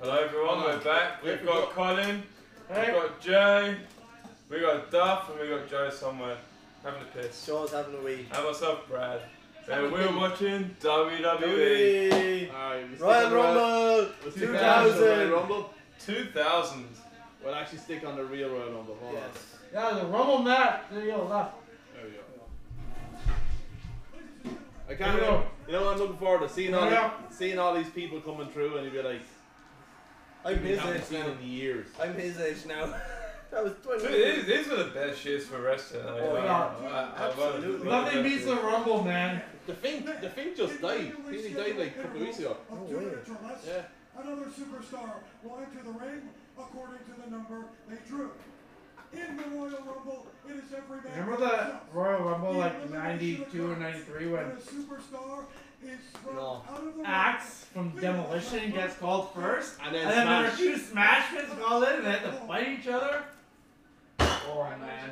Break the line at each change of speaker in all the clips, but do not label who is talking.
Hello everyone,
Hello.
we're back. We've
Yeah,
got Colin, we've got Jay, we've got Duff, and we've got Joe somewhere having a piss.
Shaw's having a wee.
And myself, Brad.
having
And
a
we're
wee.
watching E WWE
Wee!
Alright, we stick on
Royal
the Royal-
Rumble!
we stick on the
2000.
Royal Rumble.
2000.
We'll actually stick on the real Royal Rumble. Hold on.
Yes.
Yeah, the rumble mat to your left.
There we go. I can't.
Here we go.
You know what I'm looking forward to seeing all
Here we
seeing all these people coming through, and you'll be like,
I'm
"We
his
haven't
age
seen
now.
in years."
I'm his age now. that was 20
Dude, these, these were the best years for wrestling. I-
Oh,
I-
yeah.
I- I- I-
Absolutely.
I- I-
Nothing beats the rumble, man.
The Fink, the Fink just died. He only died like a couple of weeks ago.
Oh,
Of two
really?
minutes or less,
Yeah.
another superstar will enter the ring according to the number they drew. In the Royal Rumble, it is every man.
Remember
for
the
himself.
Royal Rumble like
Elimination
92 or
occurs
93
when
when
a superstar is thrown
No.
out of the ring.
Axe from Demolition gets called first?
And then
And then there are
Smash.
two Smash gets called in and they have to fight each other? Oh man.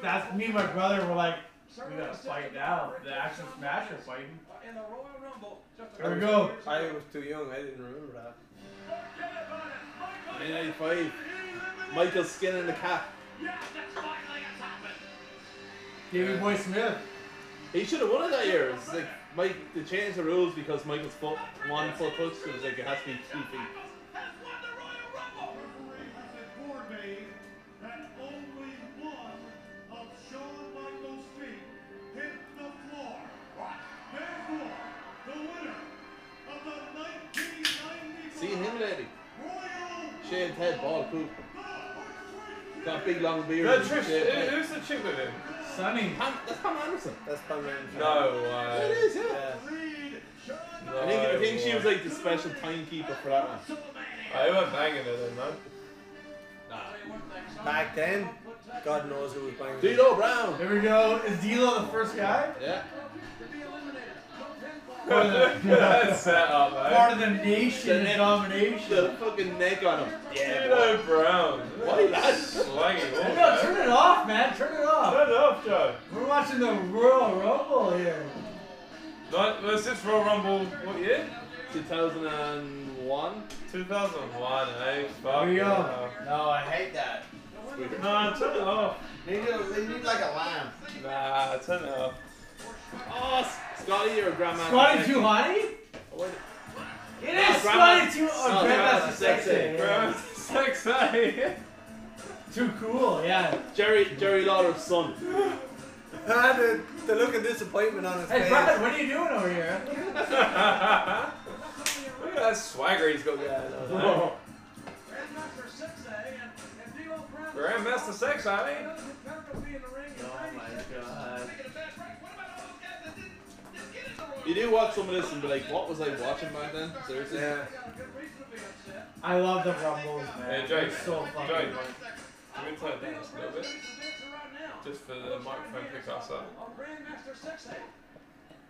That's me and my brother were like, we gotta fight now. The action Smash are fighting.
In the Royal Rumble, just
Here we go.
I was too young, I didn't remember that.
1995. Michael Skin in the cap.
Davey Boy Smith.
He should have won it that year. It's like Mike. They changed the rules because Michael's foot, one foot touched. It was like it has to be two feet.
Referee has informed me that only one of Shawn Michaels' feet hit the floor. Therefore, the winner of the 1995
Seeing him lately.
Royal
Shaved head, bald poop. Got big long beard.
No,
and
Trish,
shaved
who-
head.
who's the chick with him?
Sonny.
Pam, that's Pam Anderson.
That's Pan Man.
No
Yeah, it
way.
is, yeah.
Yeah.
lead. Shawn
No
I think, I think
way.
she was like the special timekeeper for that one.
I went banging it then, man.
Back then, God knows who was banging.
Dino Brown.
Here we go. Is D'Lo the first guy?
Yeah.
Part of the,
That's set up,
part
man.
of the nation
The-
domination.
The fucking neck on him.
Dino Brown.
Why, lad?
Swaggy old
No,
man.
turn it off, man. Turn it off.
Turn it off, Joe.
We're watching the Royal Rumble here.
Not, was this Royal Rumble, what year?
2001.
2001, eh? Fuck
Here we go.
yeah.
No, I hate that.
Nah, turn it off.
They need, a, they need like a lamp.
Nah, turn it off.
Oh, S- Scotty or Grandma. Oh,
Scotty Tuhati?
What?
It is
Grandma-
Scotty
No,
Tuhati. Oh,
Grandmaster
Grandmaster
Sexy.
Sexy.
Bro,
yeah.
it's so exciting.
Too cool, yeah.
Jerry Jerry Lawler's son.
Ah, the, the look of disappointment on his
Hey,
face.
Brad, what are you doing over here?
Look at that swagger he's got.
Yeah, I know.
Oh.
Grandmaster 6A and, and D'Lo Brown.
Grandmaster Sex, I mean.
Those who come to be in the ring in
Oh my
96.
god.
Making a bad break. What about all those guys that didn't, didn't get in the Royal
You do watch some of this and be like, what was I watching back then? Seriously?
Yeah.
Rumble? Got a good reason to be upset.
I love the Rumbles, man.
Hey, Jake.
It's so fucking
Jake.
fun.
Can we turn it down just a little bit?
He's the dancer right now.
Just for the microphone pick us up.
On Grandmaster 6A.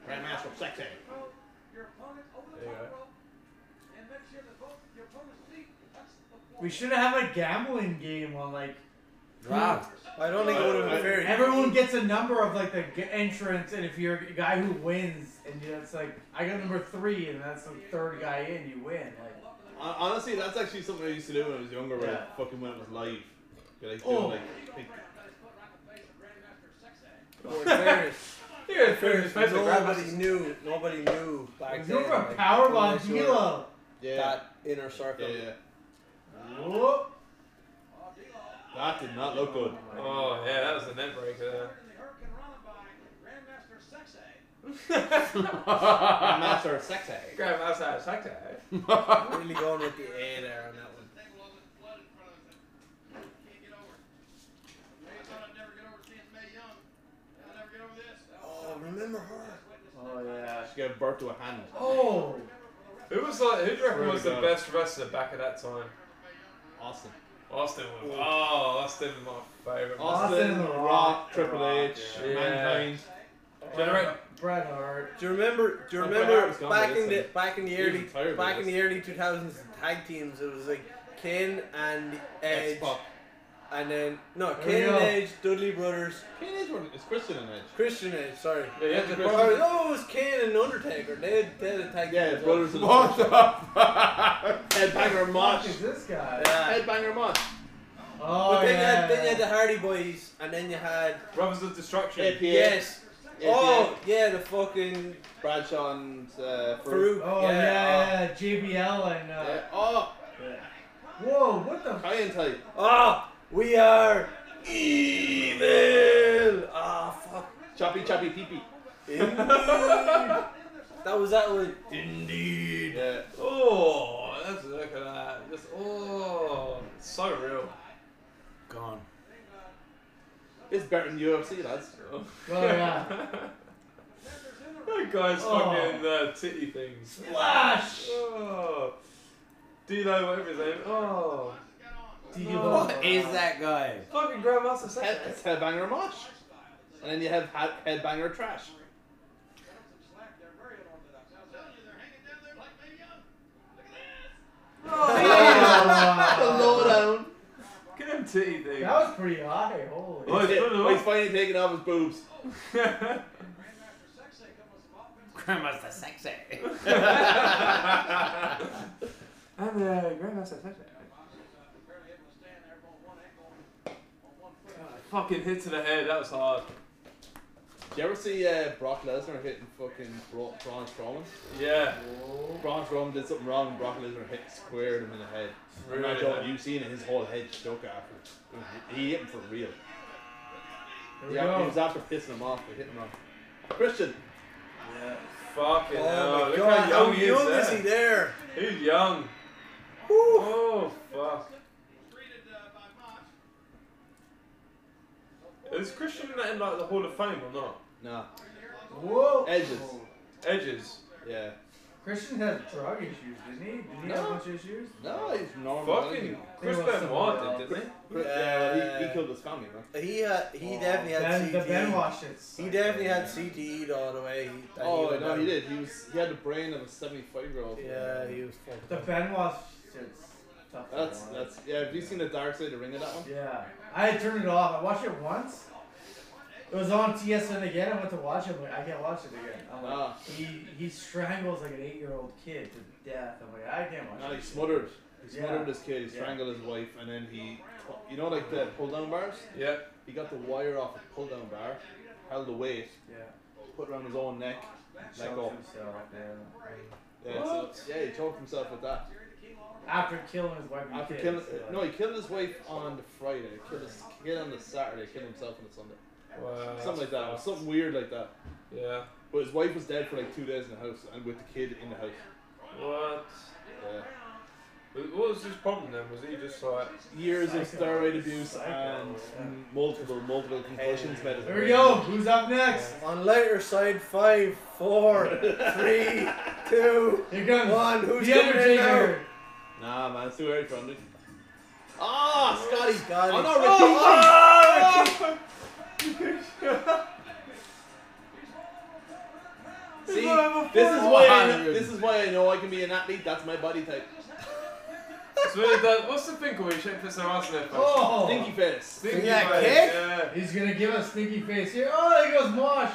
Grandmaster Sexy.
Throw your opponent over the
There you
top
go.
rope and make sure that both your opponent's feet touch the floor.
We should have a gambling game on like
Wow.
Hmm.
I don't think I would have been fair.
everyone gets a number of like the g- entrance, and if you're a guy who wins, and that's like I got number three, and that's the third guy in, you win. Like,
Honestly, that's actually something I used to do when I was younger, where
Yeah.
fucking when it was live. You're like,
Oh.
doing like, like
Yeah,
Nobody knew. Nobody knew back then.
you were a
like,
power
who
bomb
was your-
D'Lo.
yeah.
That inner circle.
Yeah, yeah.
Whoop.
That did not look good.
Oh, yeah, that was the net breaker
Grandmaster Sexy.
there. Grandmaster Sex, eh?
Really going with the A there on that one. Oh, remember her?
Oh yeah.
She gave birth to a hand.
Oh.
Who was like, who do you reckon
Swear
was
to
the
God.
best wrestler back at that time?
Austin.
Austin was. Oh, Austin was my favourite. man.
Austin
Austin,
and The
Rock,
Rock,
Triple H,
yeah. Yeah.
Mankind.
Generate-
Bret Hart.
Do you remember? Do you
Oh,
remember
Bret Hart's gone
back
by
in
this
the
time.
back in the
He was
early
retired by
back in
this.
the early two thousands tag teams? It was like Kane and Edge
X-Pac.
and then no
There we
Kane
go.
and Edge, Dudley Brothers,
Kane is one. It's Christian and Edge.
Christian Edge. Sorry.
Yeah, you have to
Or-
Christian-
oh, it was Kane and Undertaker. They had, they had a tag.
Yeah,
team
it's
as well.
brothers and
What the fuck?
Headbanger
What
Mosh.
is this guy?
Yeah.
Headbanger Mosh.
Oh,
But then, you
yeah.
had, then you had the Hardy Boys, and then you had
Brothers of Destruction.
APA.
yes.
Yeah,
Oh yeah, the fucking
Bradshaw and uh, Farouk.
Farouk.
oh, yeah,
yeah.
yeah, JBL and. Uh,
Yeah. Oh,
Whoa, what the?
Kyan type.
Ah, we are evil. Ah, fuck.
Choppy, choppy, pee pee.
That was that one.
Indeed.
Yeah.
Oh, that's look at that. Just oh, it's so real.
Gone.
It's better than UFC, lads.
Oh, yeah.
That guy's
Oh.
fucking uh, titty things.
Flash!
Oh, Dino, whatever his name. Oh,
What is that guy?
fucking Grandmaster
Head,
Sessions.
it's Headbanger Mosh. And then you have head, Headbanger Trash.
Oh,
Lowdown.
Get them titty things.
that was pretty high. Holy.
Oh, it's
He's-
good enough.
He's finally taking off his boobs.
Grandma's the sexy.
I'm the Grandmaster Sessions. Fucking hit to the head. That was hard.
Do you ever see uh, Brock Lesnar hitting fucking Bro- Braun Strowman?
Yeah.
Braun Strowman did something wrong and Brock Lesnar hit squared him in the head. And I
Really?
thought you've seen it, his whole head shook after. He hit him for real.
Here we
Yeah, he
go.
was after pissing him off, but hitting him off. Christian,
Fucking hell.
Oh my
Look
god,
how young
how
he
young
is.
is
eh?
he
there.
there?
He's young.
Woo.
Oh fuck. Is Christian in like the Hall of Fame or not?
no.
Whoa.
Edges.
Edges.
Yeah.
Christian has drug issues, didn't he? Did he have a bunch of issues?
No, he's
Oh,
normal.
Fucking Chris
They were
Benoit
somewhere
did, didn't
Yeah, he, he killed his family, man.
He had, he definitely had
Oh, Ben, the
CTE.
Benoit shits.
He definitely had CTE all the way. He, that
Oh
would
no,
never-
he did. He was he had the brain of a seventy-five year old.
Yeah, he was
The
fucking.
Benoit shits. Tough to
That's
watch.
that's yeah. Have you seen the dark side of the ring of that one?
Yeah. I had turned it off. I watched it once. It was on TSN again. I went to watch it. I'm like, I can't watch it again. I'm like,
Ah.
he, he strangles like an eight year old kid to death. I'm like, I can't watch
No,
it.
he smothered. He
Yeah.
smothered his kid. He
Yeah.
strangled his wife, and then he, you know, like the pull down bars.
he? Yeah.
He got the wire off a pull down bar, held the weight,
Yeah.
put it around his own neck, let
Choked
go.
himself, yeah.
Yeah, so, yeah, he choked himself with that.
After killing his wife and
After
kids,
killing, uh,
yeah.
no, he killed his wife on the Friday. Killed his kid on the Saturday. Killed himself on the Sunday.
Wow.
Something like that. Something weird like that.
Yeah.
But his wife was dead for like two days in the house, and with the kid in the house.
What?
Yeah.
What was his problem then? Was he just like
Years of
Psycho.
steroid abuse
Psycho,
and
yeah.
m- multiple, multiple concussions. made his
There we
brain-
go. Who's up next?
On lighter side, five, four, three, two.
Here comes
One, who's
the
coming in
Undertaker.
Nah, man, it's too early for him. Ah, Scotty.
Scotty.
Oh no, Ricky. See, this is why I know, this is why I know I can be an athlete. That's my body type.
So he does- what's the thing called? He shaped his ass in their face.
Oh,
Stinky face.
Stinky
Yeah,
face,
kick?
yeah.
he's gonna give us stinky face here. Oh, there goes Mosh.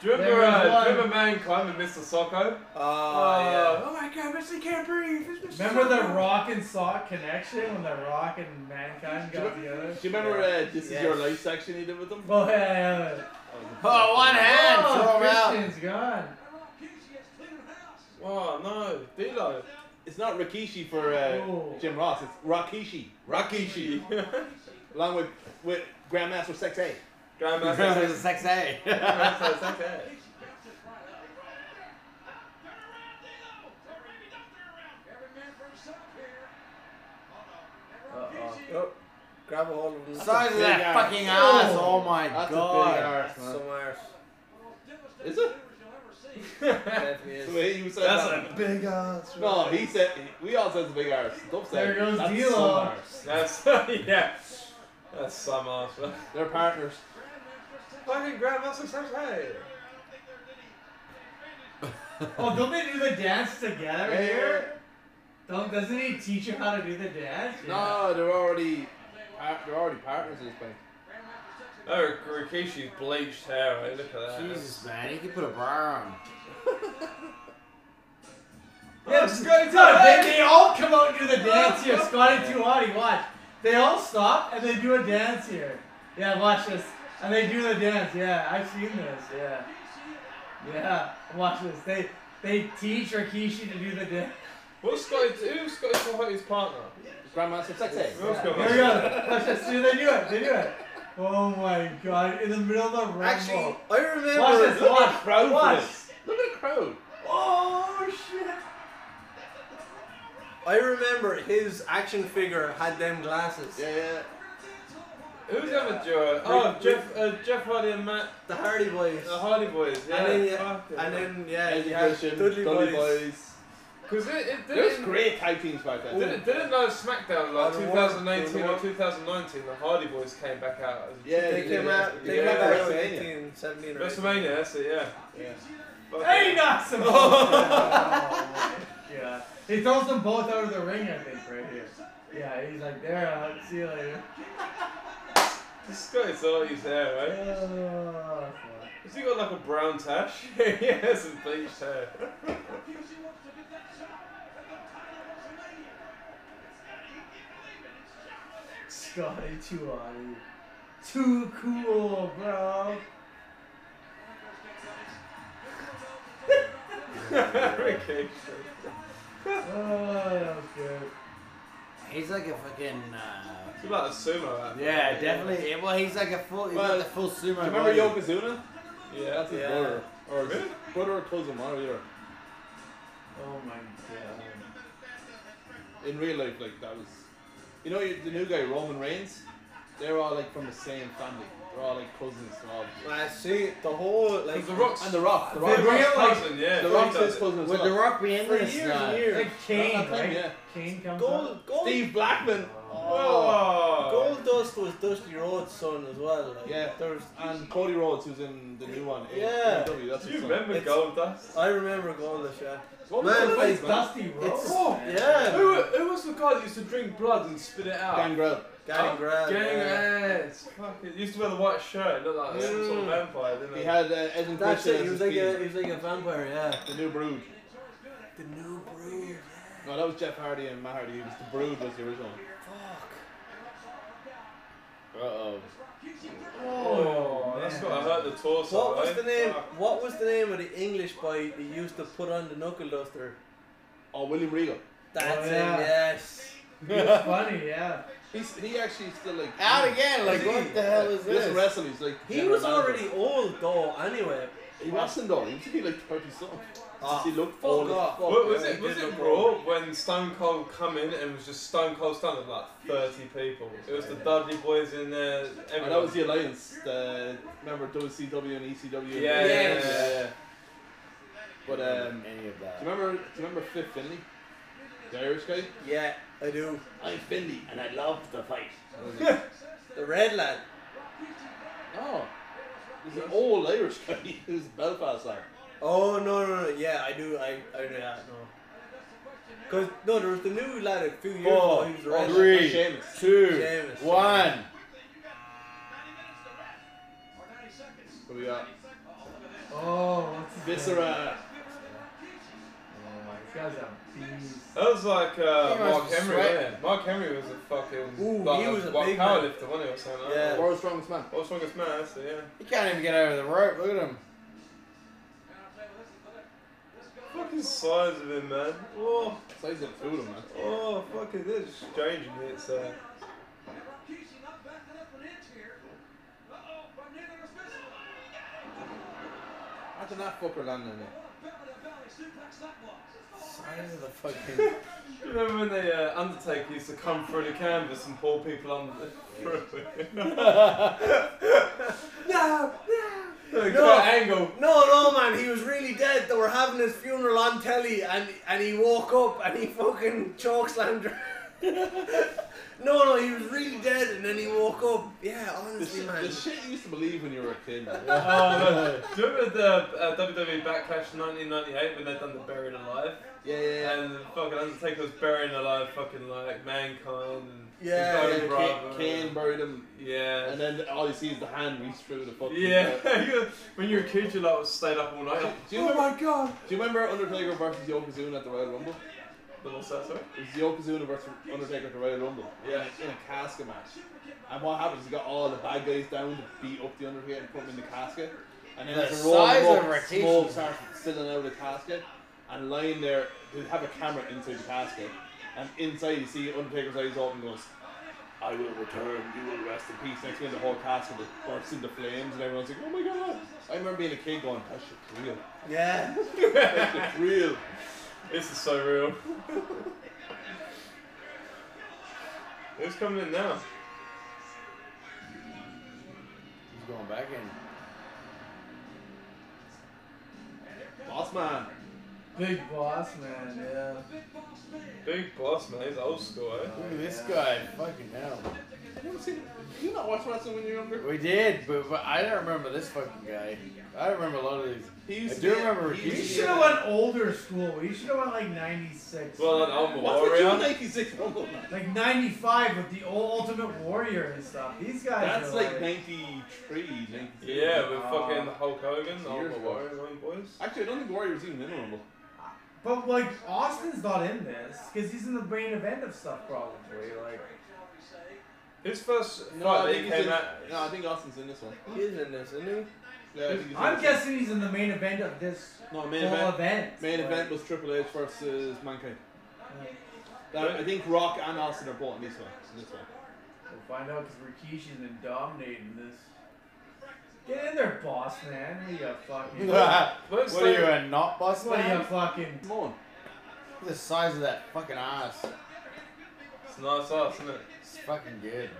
Do you remember,
There was
uh, do you
one.
remember Mankind with Mr. Socko?
Ah,
Oh,
oh my god, Mr. Can't Breathe! It's Mr.
Remember the
Socko.
Rock and Sock connection when the Rock and Mankind got together?
Do you remember uh, this is
Yes.
your life section he did with them?
Oh yeah. yeah.
Oh, one hand.
oh,
throw him out.
Christian's gone.
Oh no, Dilo.
It's not Rikishi for uh,
Oh.
Jim Ross. It's Rakishi.
Rakishi.
Along with, with Grandmaster Sex A.
Grandma's the
Grandmaster.
sexy.
Grandmaster Socko.
oh, grab a hold of him.
Size of
big
that
ass.
fucking ass. Oh my
That's
god.
a big arse,
That's
man.
some arse.
Is it?
Definitely
The
is.
way you said
That's
that.
a big ass.
No, he said, we all said it's a big arse. Dove said,
There goes
that's
D'Lo.
some arse.
That's, yeah. That's some ass, man.
They're partners.
Fucking Grandmaster Socko.
Oh, don't they do the dance together
Yeah.
here? Don't, doesn't he teach you how to do the dance? Yeah.
No, they're already par- they're already partners at this point.
Oh, Rikishi's bleached hair. eh? Look at that.
Jesus, man, he could put a bar on.
Yeah,
It's not, they, they all come out and do the dance here. Scotty Tuati, watch. They all stop and they do a dance here. Yeah, watch this. And they do the dance. Yeah, I've seen this. Yeah. Yeah, watch this. They they teach Rikishi to do the dance.
What's Scotty? Who's Scotty Mahoney's partner?
Grandmaster Sexay.
Who's
Yeah.
Scotty
Here we go. Watch this. See, they do it. They do it. Oh my god, in the middle of the rumble.
Actually, I remember.
watch
Look at
this.
the
Watch.
crowd for
Watch.
this. Look at the crowd.
Oh shit.
I remember his action figure had them glasses.
Yeah, yeah.
Who's the other Joe? Oh, Jeff, uh, Jeff Hardy and Matt,
The Hardy Boys.
the Hardy Boys. Yeah.
and then, yeah,
fuck it.
and then yeah, you had
Education,
Dudley, Boys.
Because it, it
There's
didn't.
great tag teams back then.
Didn't, didn't know SmackDown like
Other one,
2018
other
or
one.
2019, the Hardy Boys came back out. as-
Yeah,
They came
yeah,
out. They
yeah,
came out in
WrestleMania.
18, 17 or 18.
WrestleMania, that's it, yeah.
Yeah.
Fuck
Hey,
it.
knocks them both. yeah, he throws them both out of the ring. I think right here. Yeah, he's like, there. I'll see you later.
This Scotty Tati's hair, right?
Oh, fuck.
Has he got like a brown tash? he has some bleached hair.
Scotty, too hot. Too cool, bro.
okay.
Oh, that was good.
He's like a fucking. Uh,
It's about a sumo, that.
yeah, definitely. yeah, Well, he's like a full. He's
Well,
like the full sumo.
Do you remember
body.
Yokozuna?
Yeah.
That's his
Yeah.
brother. Or his
Really?
brother or cousin, one or the other.
Oh my god.
In real life, like, that was. You know, the new guy, Roman Reigns? They're all, like, from the same family. They're all, like, cousins and all.
I see the whole like
Because the Rock's,
And The Rock. The
the
Rock.
Rock's
real, like,
cousin, yeah.
The
he
Rock's
does
his
it.
cousin as
Would
well.
The Rock be in
for
this?
years
No.
and
It's
years.
like Kane,
Not that
right?
thing, yeah.
Kane comes up.
Gold, gold,
Steve Blackman.
Oh.
Whoa!
gold dust was Dusty Rhodes' son as well. Like,
Yeah.
there was,
And Cody Rhodes, who's in the new one.
Yeah.
AEW, that's
Do
his
you
son.
remember
It's-
Gold Dust?
I remember gold dust. Yeah,
What was
Man,
his
It's
face, man?
Dusty Rhodes.
Oh,
man.
yeah.
Who, who was the guy that used to drink blood and spit it out?
Gangrel.
Gang grab.
Gang
yeah.
ass. Fuck it. Used to wear the white shirt. It looked like some sort of
Mm.
vampire, didn't
He
it?
had uh, Edmund
That's
Christian
it. He
as
was
his
like a
feed.
he was like a vampire. Yeah.
The new Brood.
The new brood.
No, that was Jeff Hardy and Matt Hardy. It was the Brood was the original.
Fuck.
Uh oh.
oh, that's
man.
gotta hurt the torso.
What was
eh?
the name?
Fuck.
What was the name of the English boy that used to put on the knuckle duster?
Oh, William Regal.
That's
yeah.
it. Yes.
It's funny, yeah.
He's, he actually still like
Out again. Like
Is he?
what the hell is
This
this?
wrestling is like
He
general
was
manager.
already old though. Anyway.
He wasn't though. He was only like thirty something.
Ah,
he looked
fuck
old. as
off.
fuck,
What, was
man.
it
He
was
did
it
look
Raw
old.
when Stone Cold come in and was just Stone Cold Stone with like thirty people? It was the Dudley Boys in there.
And
everyone.
that was the alliance. The remember WCW and E ECW.
Yeah,
yeah,
yeah.
But um,
any of
do
that.
you remember? Do you remember Fifth Finley? The Irish guy.
Yeah, I do.
I'm Finley, and I love the fight.
The red lad.
Oh, he's an old Irish guy. He's Belfast lad.
Oh no no no yeah I do I I do yeah no. Cause no there was the new lad a few years ago
Four,
Oh,
he was red.
three,
Sheamus.
two,
Sheamus.
one.
Who we got?
Oh, what's his name?
Viscera.
Oh my, this guy's a beast.
That was like
He
uh,
was
Mark Henry.
sweating.
wasn't it? Mark Henry was a fucking
Ooh,
like
he was a
like
big man.
powerlifter, wasn't he, or something? like
Yeah.
that?
World's strongest man.
Or strongest man. That's it, yeah.
He can't even get over the rope. Look at him.
Fucking size of him, man. Oh,
Size of food, man.
oh, fucking this is changing it.
uh,
So.
Imagine that fucker landing it.
Size of the fucking
You remember when the uh, Undertaker used to come through the canvas and pull people under the through?
no
no,
No.
angle.
no no man he was really dead they were having his funeral on telly and and he woke up and he fucking chokeslammed her. No, no, he was really dead, and then he woke up. Yeah,
The,
honestly,
shit,
man.
the shit you used to believe when you were a kid. man.
Oh, look, do you remember the uh, WWE Backlash 1998 when they done the Buried Alive?
Yeah, yeah,
And the fucking Undertaker was burying alive fucking like mankind and
Yeah,
his own
yeah. yeah
brother.
Kane, Kane buried him,
Yeah.
and then all you see is the hand reach through the fucking.
yeah, you- when you were a kid, you like stayed up all night.
Do
Oh
you, remember,
god!
do you remember Undertaker versus Yokozuna at the Royal Rumble?
But what's that, sorry?
It was Yokozuna versus Undertaker at the Royal Rumble.
Yeah.
In a casket match. And what happens is you got all the bad guys down to beat up the Undertaker and put him in the casket. And then
The
as they roll him
size
up,
of her teeth
smoke
was-
starts spilling out of the casket. And lying there, they have a camera inside the casket. And inside you see Undertaker's eyes open and goes, I will return, you will rest in peace. Next minute the whole casket just bursts into flames and everyone's like, oh my god. I remember being a kid going, that shit's real.
Yeah.
That shit's real.
This is so real. Who's coming in now?
He's going back in.
Boss man.
Big boss man, yeah.
Big boss, man. He's old school, eh?
Look at this guy. Fucking hell.
You ever seen, you not watch wrestling when you're younger?
We did, but, but I don't remember this fucking guy. I remember a lot of these.
He
I
used to
do
be-
remember
he
Rikishi.
You
used to be
should have
like-
went older school. You should have went like 96.
Well, I'm a
What's with you
warrior.
96 Rumble, man?
like 95 with the old Ultimate Warrior and stuff. These guys
That's
are
like 93, 94.
Yeah, with
Ah.
fucking Hulk Hogan. I'm
Years
a
ago.
warrior, man, boys.
Actually, I don't think Warrior was even in a Rumble.
But like Austin's not in this because he's in the main event of stuff probably. Like
His first
No,
fight
I
that
think
he
he's
came
in,
out.
no, I think Austin's in this one.
He is in this, isn't he?
Yeah, I think he's in
I'm
this
guessing he's in the main event of this
one. No,
whole
main event.
event.
Main
like,
event was Triple H versus Mankind.
yeah.
That, I think Rock and Austin are both in this one. in this one.
We'll find out because Rikishi's been dominating this. Get in there, boss man. What are you fucking? what
Let's
what are you,
think-
a not boss
are you
man?
fucking?
Come on.
Look at the size of that fucking ass.
It's nice ass, isn't it?
It's fucking good.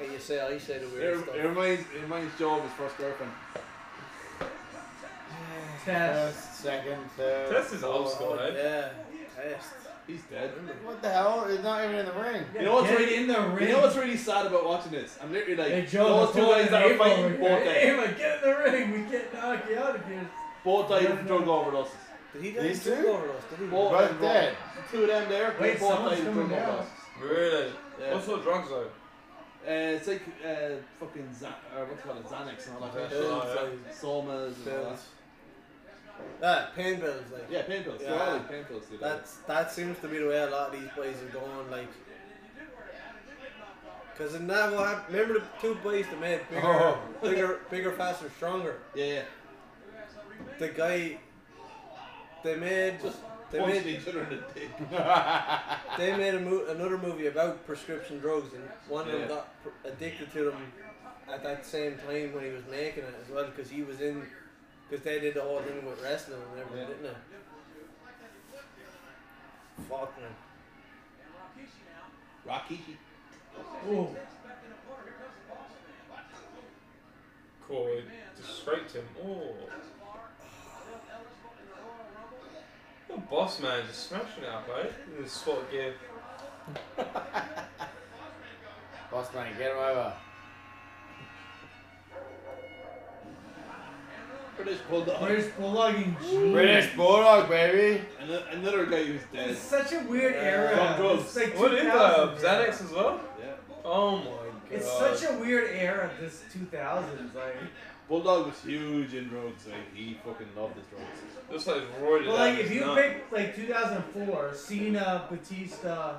Hey, you say, I say the
It,
weird
it,
stuff.
reminds, it reminds Joe of his first girlfriend.
Test.
First, second, third.
This is old school,
Oh,
eh?
yeah. Test.
He's dead.
What the hell? It's not even in the ring.
Yeah,
You know what's
get
really-
in the ring?
You know what's really sad about watching this? I'm literally like,
Hey, Joe,
those two guys that are fighting both died.
Ava, get in the ring. We can't knock you out of here.
Both died from drug overdoses.
Did he die
These
from
two?
overdose? Did he?
Both
Both
died.
dead.
Two of them there.
Wait,
both
someone's
died from
coming
drug
down.
overdoses.
Really?
Yeah.
What sort of drugs though?
Uh, it's like uh, fucking Xan- or what's it called, Xanax and all that. kind of shit.
Pills,
It's like Somas and all that.
Pills. Ah, pain pills. Like,
Yeah, pain pills. They're
Yeah.
all like pain pills. Dude.
That's that seems to be the way a lot of these boys are going. Like, cause in that what happened, remember the two boys that made bigger,
Oh.
bigger, bigger, faster, stronger.
yeah, yeah.
The guy, they made, they
Punching
made,
each other in the dick.
they made a mo- another movie about prescription drugs, and one of
Yeah.
them got pr- addicted to them at that same time when he was making it as well, cause he was in, cause they did the whole thing with wrestling and everything,
Yeah.
didn't they? Fuck man.
Rocky.
Ooh.
Cool. He just scraped him. Oh. The boss man just smashing it up, eh? In the SWAT gear.
Boss man, get him over.
British bulldog.
British Bulldog and G.
British Bulldog, baby.
And a- another guy who's dead.
It's such a weird
Drug
era.
drugs.
It's like
What is
2000,
uh,
that?
yeah.
Xanax as well?
Yeah.
Oh my god.
It's such a weird era, this 2000s. Like,
Bulldog was huge in drugs. Like he fucking loved his drugs.
Looks like he's roided
well,
out
like
his
if you
nut.
pick like 2004, Cena, Batista,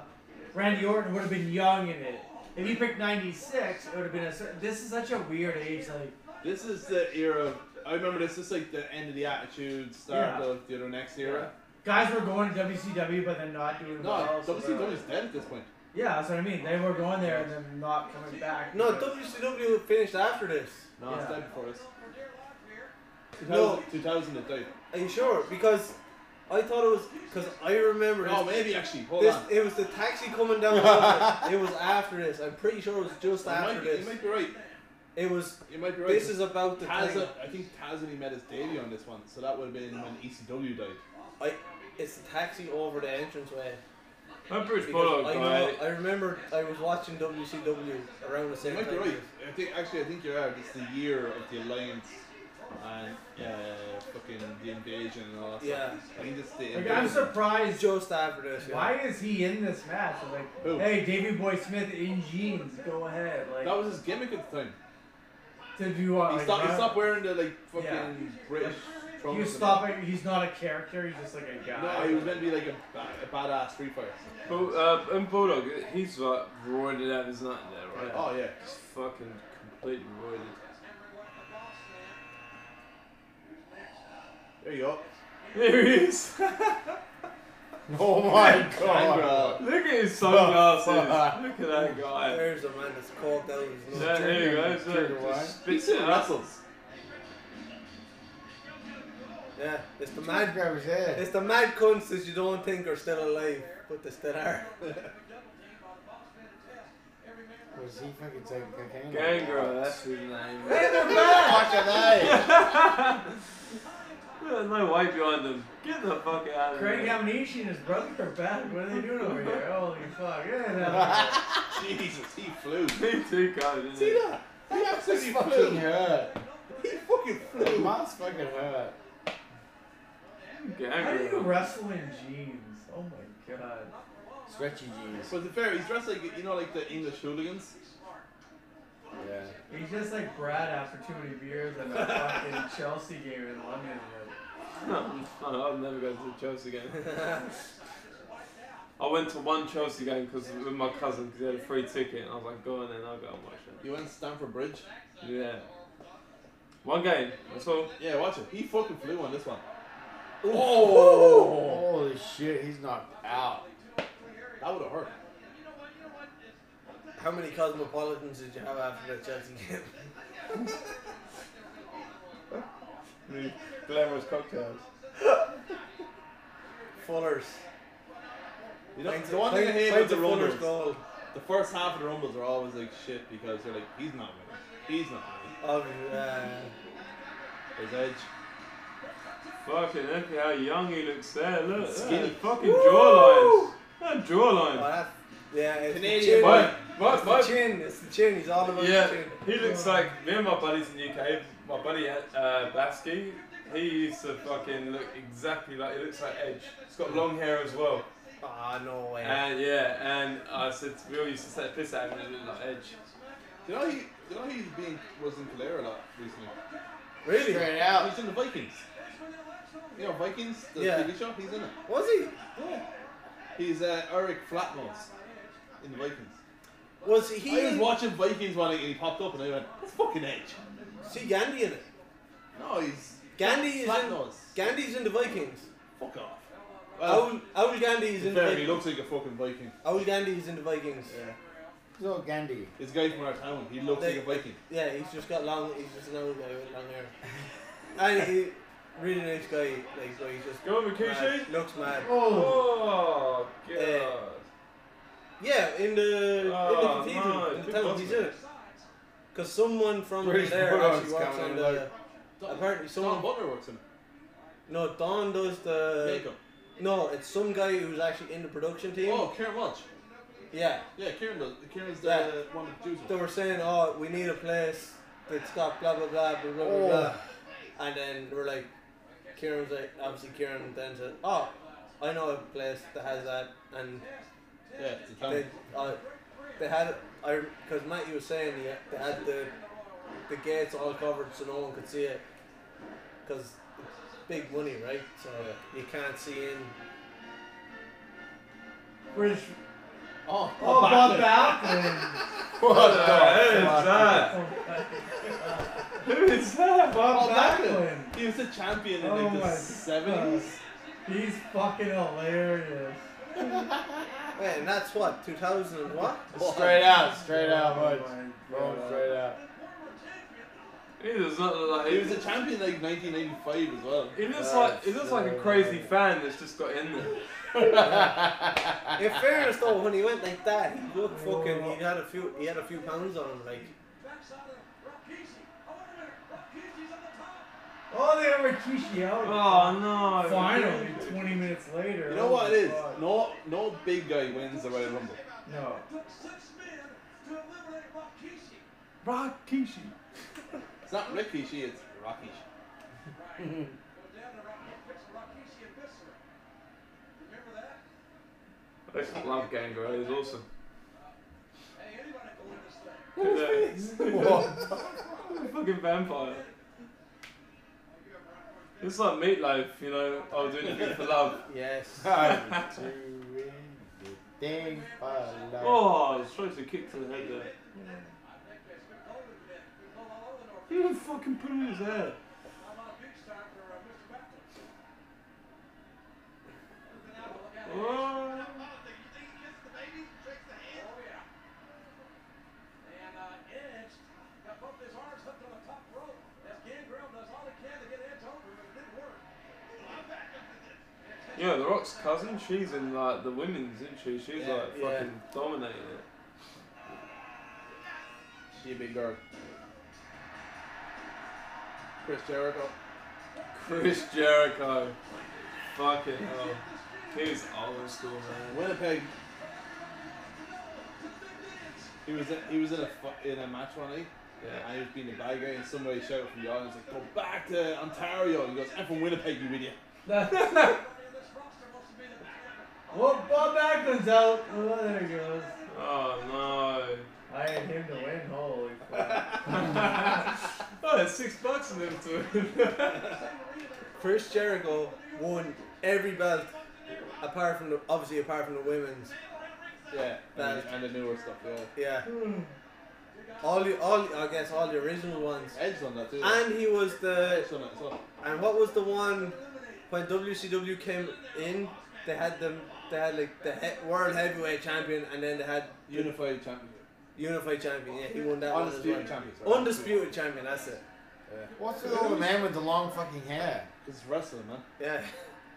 Randy Orton would have been young in it. If you picked 96, it would have been a. cer- This is such a weird age. Like,
This is the era. Of, I remember this. This is like the end of the Attitude, start
Yeah.
of the other next era.
guys were going to WCW, but then not doing
No,
well. so they're
WCW's
like-
dead at this point.
Yeah, that's what I mean. They were going there and then not coming back.
No,
because-
WCW finished after this.
No, it's
Yeah.
dead before this.
No.
2000, 2000 it died.
Are you sure? Because I thought it was because I remember
Oh,
this,
maybe actually. Hold
this
on.
it was the taxi coming down. the road. it was after this. I'm pretty sure it was just
You
after
might, be, you
this.
might be right.
It was.
You might be right.
This is about the
Taz,
time.
I think Taz only made his debut on this one, so that would have been when ECW E died.
I it's the taxi over the entranceway.
That Bruce
Because
Bulldog
I,
guy.
know, I remember I was watching WCW around the
You
same
might be
time.
right. I think actually I think you're right. It's the year of the alliance and uh, fucking the invasion and all that.
Yeah.
Stuff. I think it's the
Like, I'm
invasion.
surprised.
Joe Stafford is. yeah.
Why is he in this match? I'm like,
Who?
hey, Davy Boy Smith in jeans, go ahead. Like,
That was his gimmick at the time.
to do what?
He
like,
stopped. He
run-
stopped wearing the like fucking
Yeah.
British.
He
trunks
was
and-
stopping. He's not a character. He's just like a guy.
No, he was meant to be like a, ba- a badass street fighter.
Bull, uh, and Bulldog, he's like roided out his nut there, right?
Oh yeah.
Just fucking completely roided.
There you go.
There he is.
Oh my
Gangrel.
Look at his sunglasses.
Oh,
Look at that guy.
There's a man that's called down his
Yeah,
nose.
there you go. So,
Trigger
just
wide.
He
spits it
still
out.
wrestles.
Yeah, it's the
Man
mad,
grab his head.
it's the mad cunts that you don't think are still alive, but they still are.
Was he fucking taking cocaine?
Gangrel, that's his name.
Fuck are they?
There's no way behind them. Get the fuck out of
Craig
here.
Amnishi and his brother are back. What are they doing over here? Holy fuck! Yeah,
Jesus, he flew.
Me too, God. Isn't
See
it?
that? He absolutely
This fucking
flew.
hurt.
He fucking
The
flew.
mouse fucking hurt.
no. how do you
Gangrel.
wrestle in jeans? Oh my god!
Stretchy jeans.
But to be fair, he's dressed like you know like the English hooligans.
Yeah.
He's just like Brad after too many beers and a fucking Chelsea game in London. like,
No, I'll never go to Chelsea game. I went to one Chelsea game because with my cousin because he had a free ticket and I was like, go on then, I'll go and watch it.
You went to Stamford Bridge.
Yeah. One game, that's all.
Yeah, watch it. He fucking flew on this one.
Oh! Holy shit, he's knocked out.
That would have hurt.
How many cosmopolitans did you have after that Chelsea game?
Glamorous cocktails.
Fullers.
You know,
Finds-
the one thing I
finds-
hate
finds
about the
a Fuller's
Rumbles,
goal.
the first half of the Rumbles are always like shit because they're like, he's not winning. He's not
Of, uh,
winning. His edge.
Fucking look at how young he looks there. Look,
Skinny.
skinny fucking jawline. That jawline.
well, that- yeah, it's
Canadian
the chin.
My, my,
It's the
my,
chin. It's the chin. He's all about
yeah,
the chin.
he looks like me and my buddies in the UK. My buddy uh, Basky, he used to fucking look exactly like he looks like Edge. He's got long hair as well.
Ah, no way.
And yeah, and I said we all used to set piss out and it looked like Edge.
You know he, you know he's been was in Blair a lot recently.
really?
Straight out.
He's in the Vikings. You know Vikings, the
Yeah.
TV show. He's in it.
Was he?
Yeah. He's uh, Eric Flatnose in the Vikings.
Was he?
I was
in-
watching Vikings one night and he popped up and I went, that's fucking Edge.
See Gandhi in it.
No, he's
Gandhi is in.
Flatnose.
Gandhi's in the Vikings.
Fuck off. Well,
Owl, Owl Gandhi is in the
Oh. fair, he looks
Vikings.
like a fucking Viking.
Owl Gandhi is in the Vikings. Yeah.
He's all Gandhi.
This guy from our town, he looks like a Viking.
he's just got long. He's just an old guy with long hair. and he, really nice guy. Like, so he's just.
Go on, Rikishi.
Mad, looks mad.
Oh,
Oh god.
Eh, Yeah, in the
Oh,
in the cathedral,
no,
in
good
the town, he's in it. Cause someone from
British
there
Bulldogs
actually works
coming
on
in
the.
like-
Apparently someone- Uh,
Don Butler works in it.
No, Don does the.
Makeup.
No, it's some guy who's actually in the production team.
Oh, Karen Welch.
Yeah,
Yeah, Karen does. Karen's the
Yeah.
one that Jews
they were saying, oh, we need a place that's got blah blah blah blah blah blah.
Oh.
blah. And then we're like, Kieran's like, obviously Kieran then said, oh, I know a place that has that, and
Yeah, it's a town.
they uh, they had I because Matty was saying yeah, they had the the gates all covered so no one could see it because it's big money, right? So you can't see in.
British.
Oh,
Oh, Bob Backlund.
What the hell is
fuck?
that?
Oh,
Who is that?
Bob Backlund.
Backlund. He was a champion in
Oh
like
my
the seventies.
He's fucking hilarious.
Wait, and that's what 2000 and what?
Straight out, straight out,
Oh
bud.
my
Going
God.
straight out.
He does not look like
He was a champion like 1995 as well.
He looks like he looks like a crazy fan that's just got in there.
In fairness though, when he went like that, he looked fucking. He had a few. He had a few pounds on him, like.
Oh, they were Kishi out.
Oh no!
Finally, 20 minutes later. Oh
You know what it is?
Holy fuck.
No, no big guy wins the Royal Rumble.
No.
Took six men to eliminate Rikishi.
Rakishi.
It's not Ricky, she it's Rocky.
Go down to Rocky, fix Rikishi and Viscera. Remember that?
I just love Gangrel. He's awesome.
Hey, anybody can win this thing.
Look at that. Fucking vampire. It's like meatloaf, you know. I'll do anything for love.
Yes.
Thing for life.
Oh, it strikes a kick to the head there.
I think that's been golden to death. Been all over the North.
He even fucking put it in his hair.
I'm on beach time for uh, Mr. Macklin. Looking out, look out.
Oh.
Oh, yeah. And uh, Edge got both his arms hooked on the top rope. As Gangrel does all he can to get Edge over, but it didn't work.
Yeah, The Rock's cousin, she's in like the women's, isn't she? She's
Yeah.
like
Yeah.
fucking dominating it.
She a big girl. Chris Jericho.
Chris Jericho. Fucking hell. He was old school, man.
Winnipeg. He was in, he was in a fu- in a match one night,
Yeah.
and he was being a bad guy, and somebody shouted from the audience like, "Go back to Ontario." He goes, "I'm from Winnipeg, you idiot."
well, Bob Backlund's out. Oh, there he goes.
Oh
I had him to win. Holy fuck.
no. oh, there's six bucks in them two.
Chris Jericho won every belt apart from the obviously apart from the women's.
Yeah, and,
That-
the- and the newer stuff. Yeah,
Yeah. All the all I guess all the original ones.
Edge on that too.
And he was the
Edge on that as well.
and what was the one when WCW came in? They had them. They had like the he- world heavyweight champion, and then they had
Unified champion.
unified champion. Yeah, he won that one as
Undisputed
well.
champion. sorry.
Undisputed champion. That's it.
What's with all the man with the long fucking hair?
It's wrestling, man.
Yeah.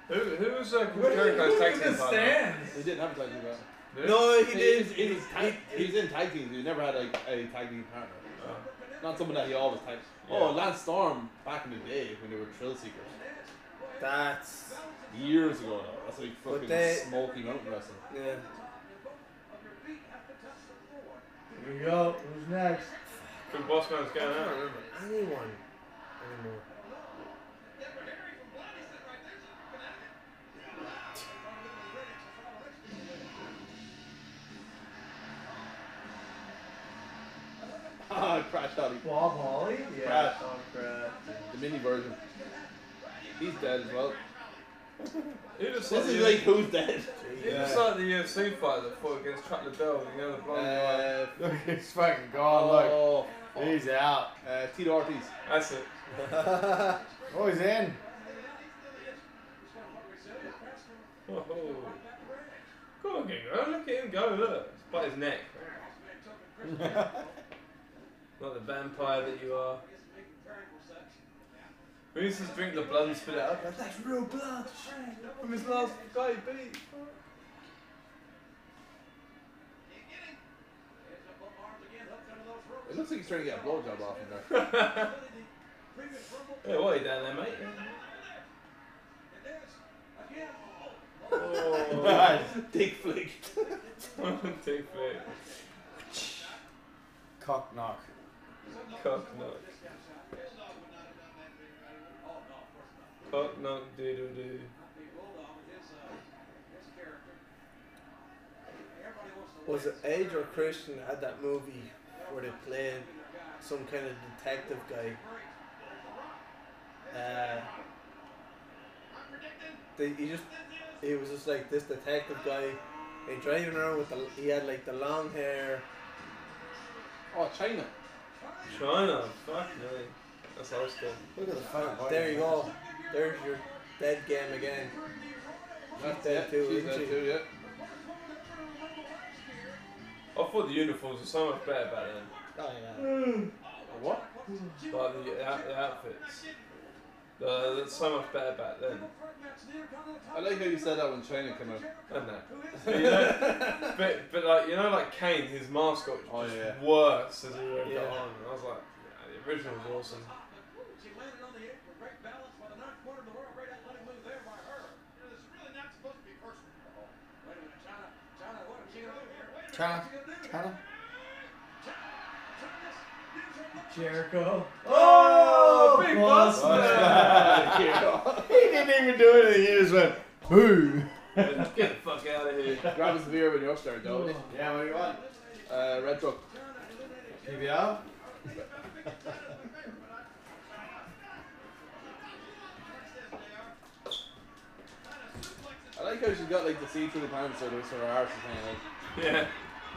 who, who was uh, Chris Jericho's
Who's
tag
in the
team partner?
stands?
He didn't have a tag team partner.
Who?
No, he
He,
did.
was, he, was tag, he was in tag teams. He never had like a tag team partner.
Oh.
Not someone that he always tagged. Oh, Lance Storm back in the day when they were Trill Seekers.
That's
Years ago, though. That's like
But
fucking
they-
Smoky Mountain Wrestling.
yeah.
Here we go. Who's next?
Who boss man's
I
going
can't
out?
remember anyone anymore.
Ah, Crash Daddy.
Bob Holly?
Brad.
Yeah. Oh, crap.
The mini version. He's dead as well.
Who was
This is
the-
like who's dead.
He was like the UFC fighter that fought against Chuck Liddell and the other
Uh,
blonde guy.
Look, he's fucking gone.
oh,
Look, he's out.
uh, Tito Ortiz.
That's it.
Oh, he's in.
Oh, Come on, Gangrel. Look at him go. Look. It's by his neck. Like the vampire that you are. We used to drink the blood and spit it out. Like, That's real blood. From his last guy he beat.
It looks like he's trying to get a blowjob off him there.
Hey, what are you down there, mate? Oh,
Dick flick.
take it.
Cock knock.
Cock knock. Cock knock doodle doo.
Was it Edge or Christian that had that movie where they played some kind of detective guy? Uh, they, he just he was just like this detective guy. He driving around with the he had like the long hair.
Oh, China.
China, fuck no. That's old school.
Look at the
Oh,
fucking body.
There you go. There's your dead game again.
That's
dead
it.
too,
She's
isn't
dead
she?
too, yeah.
I thought the uniforms were so much better back then.
Oh yeah.
What?
Like the, out- the outfits. Uh, that's so much better back then.
I like how you said that when China came out.
Don't know. But, you know, but, but like you know, like Kane, his mascot just
Oh, yeah.
worse as he went
Yeah.
on. I was like, yeah, the original was awesome.
She landed on the apron right back
China. China.
Jericho. Oh,
Big
boss
Boss
man.
he didn't even do anything. He just went, who?
Get the fuck out of here.
Grab us a beer when you're upstairs, though.
Yeah, what do you want?
Uh, Red Truck.
PBL?
I like how she's got like the see through the pants so there's her arse is hanging out.
Yeah.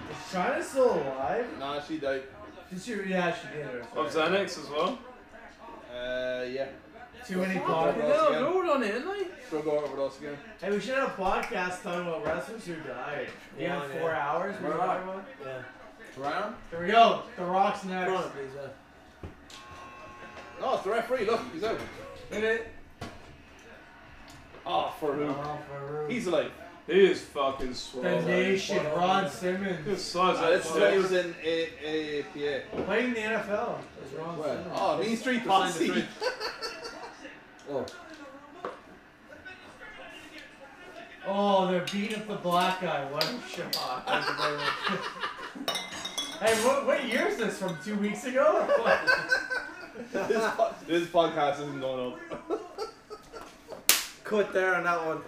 Is China still alive?
Nah, she died.
Did she? Yeah, she did. Her
Of Xanax as well.
Uh, yeah.
Too many
Oh,
Fucking
podcasts.
hell, they're
on it, aren't
Struggle overdose again.
Hey, we should have a podcast talking about wrestlers who died. We
Yeah,
have four
yeah.
hours. We're
Right.
talking about-
Yeah.
Brown?
Here we go. The Rock's
Come
next.
on, please. Uh,
No, it's the referee. Look, he's out.
Hit it.
Oh, for who?
Oh, Farouk.
He's alive.
He is fucking swole.
The Nation.
Well,
Ron
Good
Simmons.
size
Uh,
that
this is when he
fuck.
was in A- AAPA.
Playing the NFL. It's Ron
Where?
Simmons.
Oh, Mean Street Posse. oh.
Oh, they're beating up the black guy. What a shot. hey, what, what year is this? From two weeks ago? Or what?
this, po- this podcast isn't going up.
cut there on that one.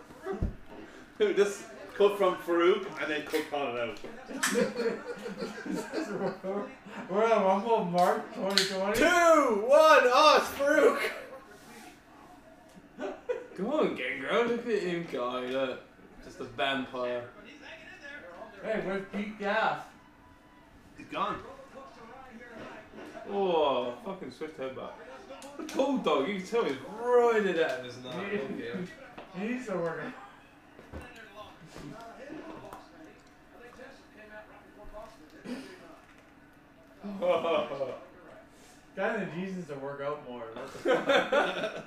Dude, this cut from Farouk and then cut Colin out.
We're on Rumble Mark 2020.
Two, one. Oh, it's Farouk.
Come on, Gangrel. Look at him go. Look. Just a vampire.
Hey, where's Pete Gaff?
He's gone.
Oh, fucking swift headbutt. The bulldog, you can tell he's right it out of his nut.
He needs to work. on- Guy in the jeans needs to work out more. That's the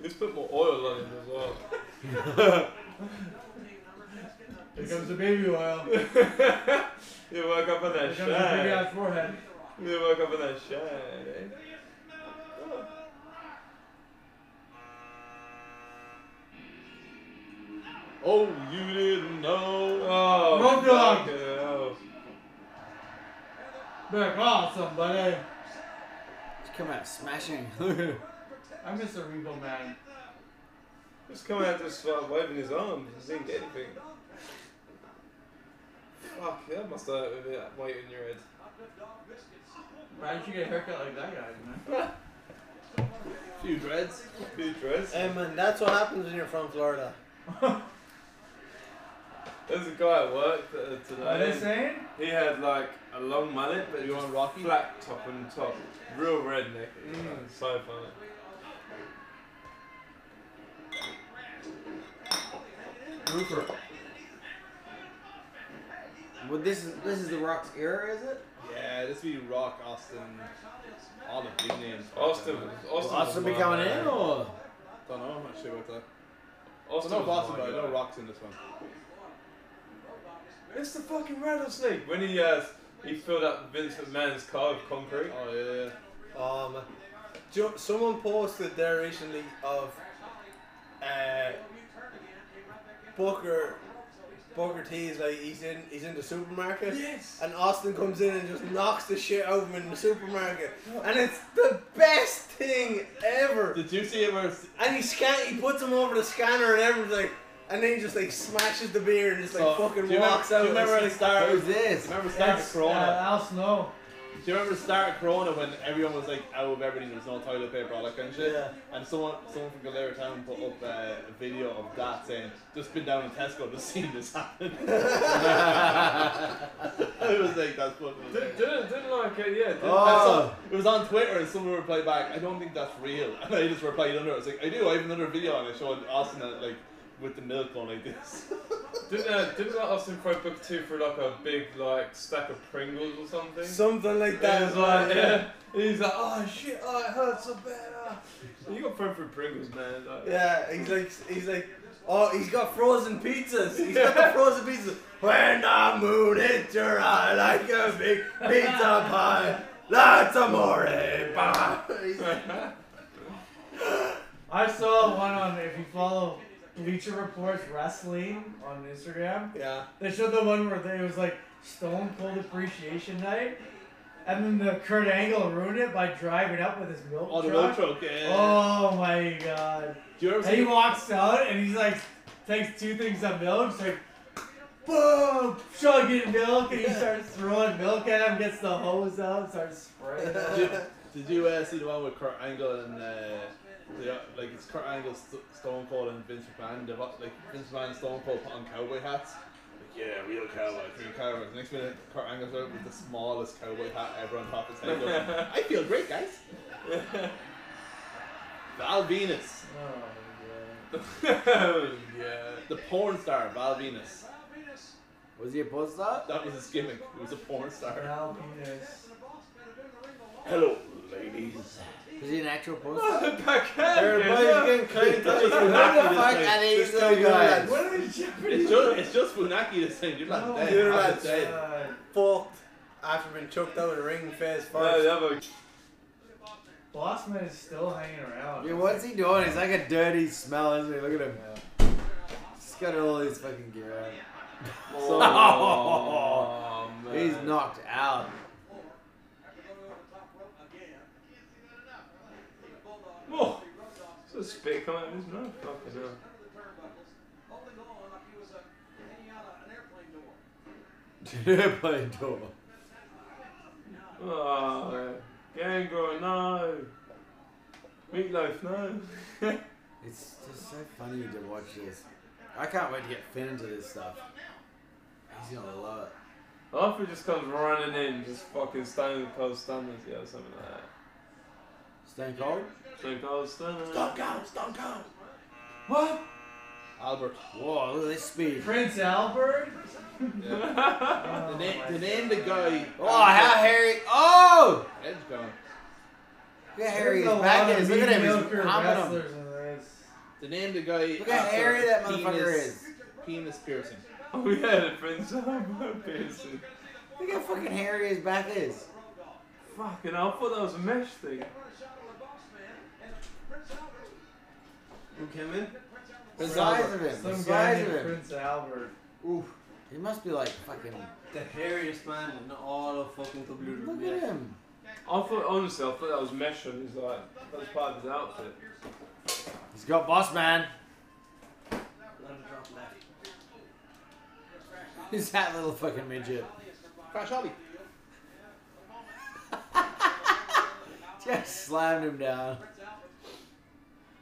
Let's put more oil on him as well.
Here comes the baby oil. Here
You woke up in that
comes the big
shag.
ass forehead.
You woke up in that shag, eh?
Oh, you didn't know.
Oh,
Road dog.
fucking hell.
Back off, somebody.
Just come out smashing.
I miss the Rebo man.
Just come out just uh, waving his arms. He didn't get anything. Fuck, that must hurt with that weight in your head.
Why did you get a haircut like that guy, man?
Few dreads.
Be dressed.
Hey, man, that's what happens when you're from Florida.
There's a guy at work uh, today.
What are they saying?
He had like a long mullet, but
You
just
want Rocky?
flat top and top. Real redneck. Mm, so funny.
Rupert. Well, this is this is the Rock's era, is it?
Yeah, this be Rock, Austin, all the big names.
Austin, Austin,
Well, Austin be
was
coming
mine,
in,
man.
or
Don't know, I'm not sure about that.
Austin
I know
was
Boston,
mine,
but I
guy.
know Rock's in this one.
It's the fucking rattlesnake. When he uh, he filled up Vince McMahon's car with concrete.
Oh, yeah, yeah.
Um, do you- someone posted there recently of uh, Booker Booker T is like he's in he's in the supermarket.
Yes.
And Austin comes in and just knocks the shit out of him in the supermarket, and it's the best thing ever.
Did you see it where
And he scan he puts him over the scanner and everything, and then he just like smashes the beer and just like
So,
fucking
do you
walks
remember,
out.
Do you remember at the
It's like-
start?
who's
Do
this?
you remember the start of
That's,
Corona?
Uh, Al Snow.
Do you remember the start of Corona when everyone was like out of everything, there was no toilet paper, all that kind of shit?
Yeah.
And someone, someone from Galera Town put up uh, a video of that saying, just been down in Tesco, just seen this happen. I was like, that's fucking
Didn't,
hilarious.
didn't, didn't like it, yeah. Didn't
That's
Oh.
on- it was on Twitter and someone replied back, I don't think that's real. And I just replied under it. I was like, I do, I have another video and I showed Austin uh, like with the milk going like this.
Didn't, uh, didn't like Austin Crowe book two for like a big like stack of Pringles or something?
Something like
That
that.
was like,
uh,
yeah. And he's like, oh shit, oh it hurts so bad. ah." You got thrown through Pringles, man. Like,
Yeah, he's like, he's like, oh, he's got frozen pizzas. He's got the frozen pizzas. When the moon hits your eye like a big pizza pie, lots of more pie.
I saw one on if you follow Bleacher Report's wrestling on Instagram.
Yeah.
They showed the one where they was like Stone Cold Appreciation Night, and then the Kurt Angle ruined it by driving up with his milk
Oh, the
truck.
milk truck. Yeah.
Oh my god.
Do you ever
And he
see?
walks out and he's like, takes two things of milk. He's like, boom, chugging milk. And he starts throwing milk at him, gets the hose out, and starts spraying.
Did you, did you uh, see the one with Kurt Angle and uh, the, like it's Kurt Angle, St- Stone Cold, and Vince McMahon? They've got, like Vince McMahon and Stone Cold put on cowboy hats. Like, yeah, real cowboys, real cowboys. Next minute, Kurt Angle's out with the smallest cowboy hat ever on top of his head. Going, I feel great, guys. Val Venus,
Oh, my
Oh, yeah.
the porn star, Val Venus.
Was he a buzz that?
That was his gimmick. He was a porn
God.
star.
Now penis.
Hello, ladies.
Was he an actual buzz?
Everybody's getting kind of touchy
Who
for
the
that.
fuck are these
This
little
guy
guys?
What are we jeopardy?
It's just, it's just Funaki this time. You're not
No, Uh,
dead.
you're
I'm
not
dead.
God.
Fucked after being chucked out of the ring face
No,
first.
the other
Bossman is still hanging around.
Yeah, what's he doing? He's like a dirty smell, isn't he? Look at him. He's got all his fucking gear on.
So,
Oh, man.
He's knocked out.
Whoa. It's a spit coming out of his mouth. Fucking hell.
Airplane door.
Oh, Gangrel, no. Meatloaf, no.
It's just so funny to watch this. I can't wait to get Finn into this stuff. He's gonna love it.
Arthur just comes running in, just fucking stone cold stunners, yeah, or something like that.
Stone Cold?
Stone cold stunners.
Cold, Stone Cold!
What?
Albert.
Whoa, look at this speed.
Prince Albert?
The,
Oh
name,
my
the name the guy.
Oh, how hairy. Oh!
Edge gone.
Look how hairy
There's
his
a
back
lot of
is. Look at him. He's
mediocre
pumping him.
wrestlers in this.
The name the guy.
Look how hairy that motherfucker
penis,
is.
Penis piercing.
Oh yeah, the Prince Albert piercing.
Look how fucking hairy his back is.
Fucking hell, I thought that was a mesh thing.
Who came in?
The
Prince
size of
Albert.
him. The
Some guy
size of
named
him.
Prince Albert.
He must be like fucking.
The hairiest man in all of fucking
Look at
WWE.
him.
I thought honestly, I thought that was mesh on his like that was part of his outfit.
He's got boss man.
Let him drop left.
He's that little fucking midget.
Crash Holly.
Just slammed him down.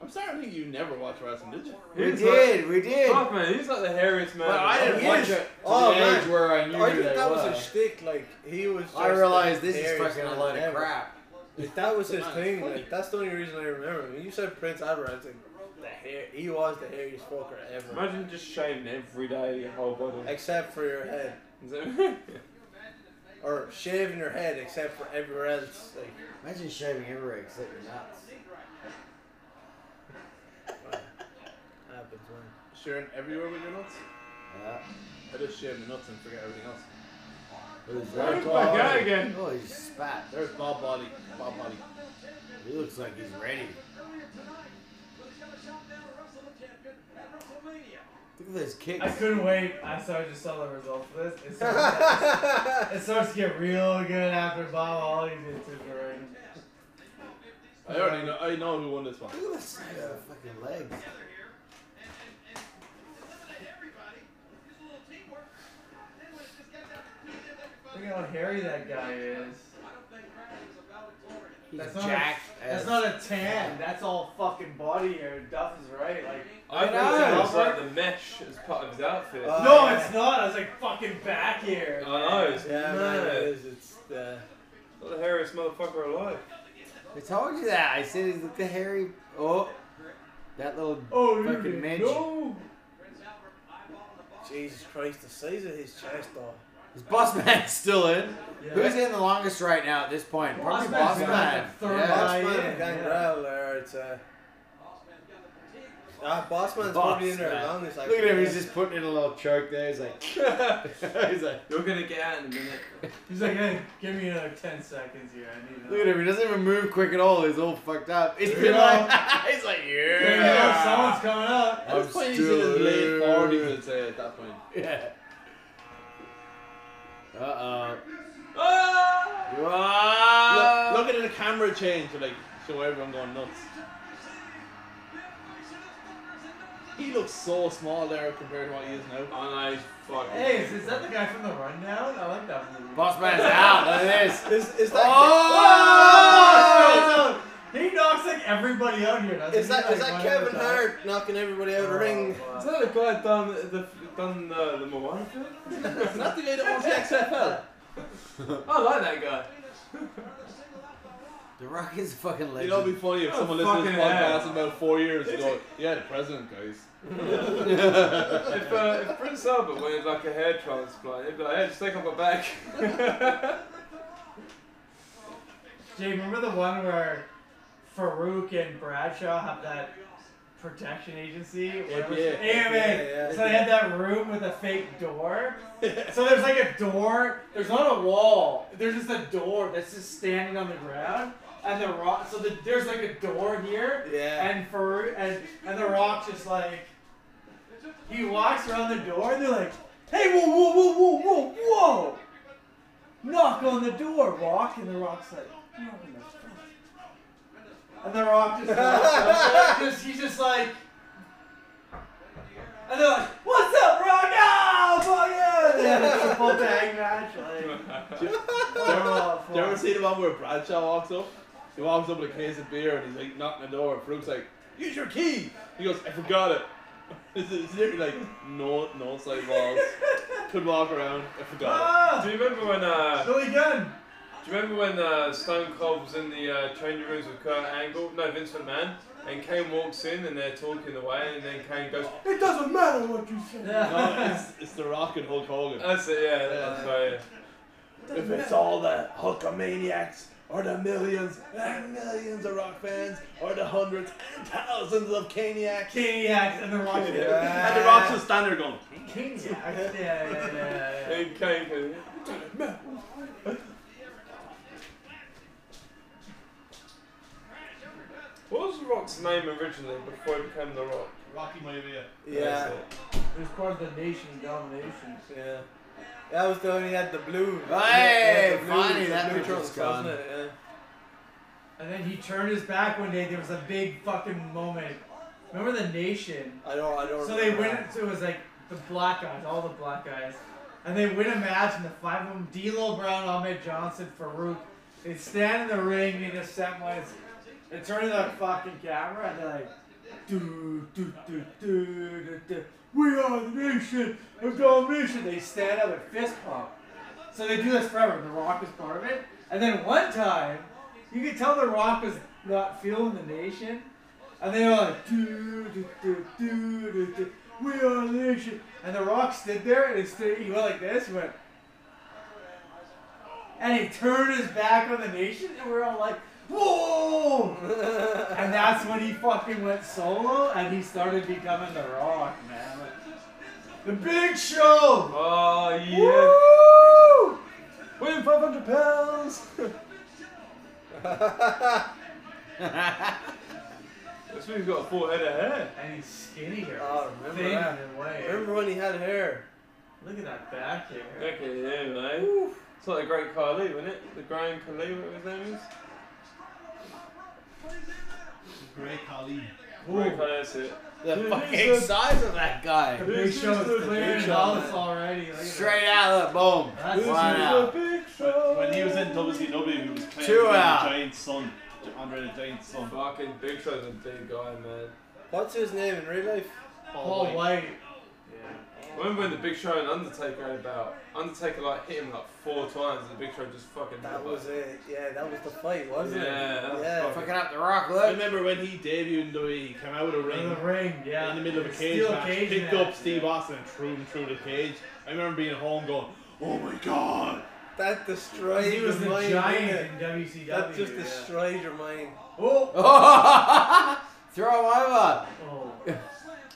I'm sorry, I think you never watched wrestling, did you?
We
He's
did, we
Like,
did.
fuck man, he's like the hairiest man.
But I didn't
He
watch
is-
it. To
oh,
the
man.
age where I knew
I
who
think
they
that was
were.
a shtick. Like he was.
I
just
realized
the
this is
hairiest
fucking a
man
load of
ever.
crap.
If that was his
Nah, it's
thing,
funny.
like that's the only reason I remember him. When you said Prince Albert, I was like, the hair. He was the hairiest fucker ever,
Imagine just shaving every day your whole body.
except for your head,
Is that-
or shaving your head, except for everywhere else. Like,
Imagine shaving everywhere except your nuts.
happens man.
Sharing everywhere with your nuts?
Yeah.
I just share my nuts and forget everything else.
With his
Where's
red
my
balls.
guy again?
Oh, he spat.
There's Bob Body. Bob Body.
He looks like he's ready. Look at those kicks.
I couldn't wait. I started to saw the results of this. It starts, to get, it starts to get real good after Bob Holly did to the ring.
I already know. I know who won this one.
Look at the size of the fucking legs.
Look at how hairy that guy is.
He's
That's not a-
jacked.
That's
as-
not a tan. That's all fucking body hair. Duff is right. Like
I think
know.
it was like the mesh as part of his outfit.
Uh,
no,
yeah.
it's not. I was like fucking back hair.
I
Uh,
know, it's
Yeah, man, it
mad.
is. It's uh, the.
Not the hairiest motherfucker alive.
I told you that. I said he's like the hairy. Oh, that little
Oh, you
fucking
did.
midge.
no.
Jesus Christ, the size of his chest, though.
Is Boss Man still in?
Yeah.
Who's in the longest right now at this point? Probably Boss
Boss Man's been
Man.
like the third
Yeah.
guy.
Bossman
yeah,
and Gangrel, or it's uh, Ah, Bossman's
Boss,
probably in there
man.
long as I
Look at him, he's just putting in a little choke there. He's like, he's like,
You're gonna get out in a minute.
He's like, hey, give me another 10 seconds here. I need
look at him, he doesn't even move quick at all. He's all fucked up. He's been
Yeah.
like, he's like,
There you
yeah.
go, someone's coming up.
At this
I'm
point, he's in his late
still-
40s, I'd say, at that point.
Yeah. Uh oh.
Ah! Uh,
Look,
Wow.
look at the camera change to like show everyone going nuts. He looks so small there compared to what he is now.
I know, fucking.
Hey, is, is that the guy from the rundown? I like that movie.
Boss man's out. Look at this.
Is, is that Oh,
Oh!
Oh, no, no. Oh, He knocks like everybody out here. doesn't
is
he?
that is
Like,
that
one at a
Kevin
time.
Hart knocking everybody out of the ring?
Oh,
Is
wow.
that the guy done the done uh, the Moana film?
Not the guy that wants the XFL.
I like that guy.
The Rock is a fucking
You know, it'd
legend.
be funny if
Oh,
someone listened to this
fucking hell.
podcast about four years ago. Yeah, the president, guys.
If, uh, if Prince Albert wanted like a hair transplant, he'd be like, "Hey, just take off my back."
Jay, remember the one where Farouk and Bradshaw have that protection agency? Whatever it's-
yeah.
AMA.
Yeah, yeah.
So they had that room with a fake door. so there's like a door. There's not a wall. There's just a door that's just standing on the ground. And the rock. So the, there's like a door here.
Yeah.
And Farouk and and the rock just like he walks around the door and they're like, hey, whoa, whoa, whoa, whoa, whoa, whoa. Knock on the door, Rock, and the Rock's like, "No, no, no." and the Rock just, walks up, just he's just like, and they're like, what's up, Rock? Oh, fuck yeah! And they have a triple tag match, like, oh,
Do you ever
fuck.
see the one where Bradshaw walks up? He walks up with a case of beer and he's like knocking the door. And Farouk's like, "Use your key." He goes, "I forgot it." It's it's literally like no, no side walls. Could walk around. I forgot.
Ah,
do you remember when? Uh,
Billy Gunn.
do you remember when uh, Stone Cold was in the uh, changing rooms with Kurt Angle? No, Vince McMahon. And Kane walks in and they're talking away, and then Kane goes, "It doesn't matter what you say."
It. No, it's, it's the Rock and Hulk Hogan.
That's it. Yeah. That's right.
If it's all the Hulkamaniacs, or the millions and millions of rock fans, or the hundreds and thousands of Caniacs.
Kaniacs and the Rock.
And the Rock's just standing there going,
Kaniacs, yeah, yeah, yeah, yeah.
And Kane goes, What was The Rock's name originally before he became The Rock?
Rocky Maivia.
Yeah.
It was part of the nation domination.
Yeah. That was the one he had the blue.
Hey,
he had the
funny,
the
that
blue
picture's
trunks,
gone.
wasn't it? Yeah.
And then he turned his back one day. There was a big fucking moment. Remember the nation?
I don't. I don't.
So they
remember
win.
that.
So it was like the black guys, all the black guys, and they win a match. And the five of them: D'Lo Brown, Ahmed Johnson, Farouk. They stand in the ring in the set ones. They turn to the fucking camera and they're like, do do do do do do. We are the nation of domination. They stand up and fist pump. So they do this forever. The Rock is part of it. And then one time, you could tell The Rock was not feeling the nation. And they were like, do, do, do, do, do, do. we are the nation. And The Rock stood there and he, stood, he went like this. He went, and he turned his back on the nation, and we're all like, whoa! and that's when he fucking went solo, and he started becoming The Rock, man. Like, the Big Show!
Oh, yeah.
Woo!
Weighing 500 pounds! That's when he's got a full head of hair.
And he's skinnier.
Oh, remember
Thin
that.
and white.
Remember when he had hair?
Look at that back hair.
Look at him, mate. It's like the great Khali, isn't it? The Graham Khali, whatever his name is.
Great Kali.
Great Khali, that's it.
The fucking size of that guy.
Big
This
Show's
is the
clearing
Big
it
Show,
all
man.
already. Look at that.
Straight out of the boom.
That's
One
This is
out.
the big show.
When he was in WCW, he was playing
Two
with
out.
the Giant's son, Andre the Giant's son.
Fucking Big Show's a big guy, man.
What's his name in real life?
Paul White.
Remember when the Big Show and Undertaker had about? Undertaker like hit him like four times, and the Big Show just fucking.
That was it. Yeah, that was the fight, wasn't
Yeah, that
it?
was
Yeah.
fucking-
Fucking up the Rock,
I
look.
remember when he debuted in WWE, he came out with a
In
ring
the ring, yeah.
in the middle of a cage
Steel
match,
cage
picked
match,
up Steve
yeah.
Austin and threw him through the cage. I remember being at home going, oh my god.
That destroyed
He was the
your mind. didn't
giant
it?
in WCW.
That just
yeah.
destroyed your mind.
Oh!
Throw him over.
oh.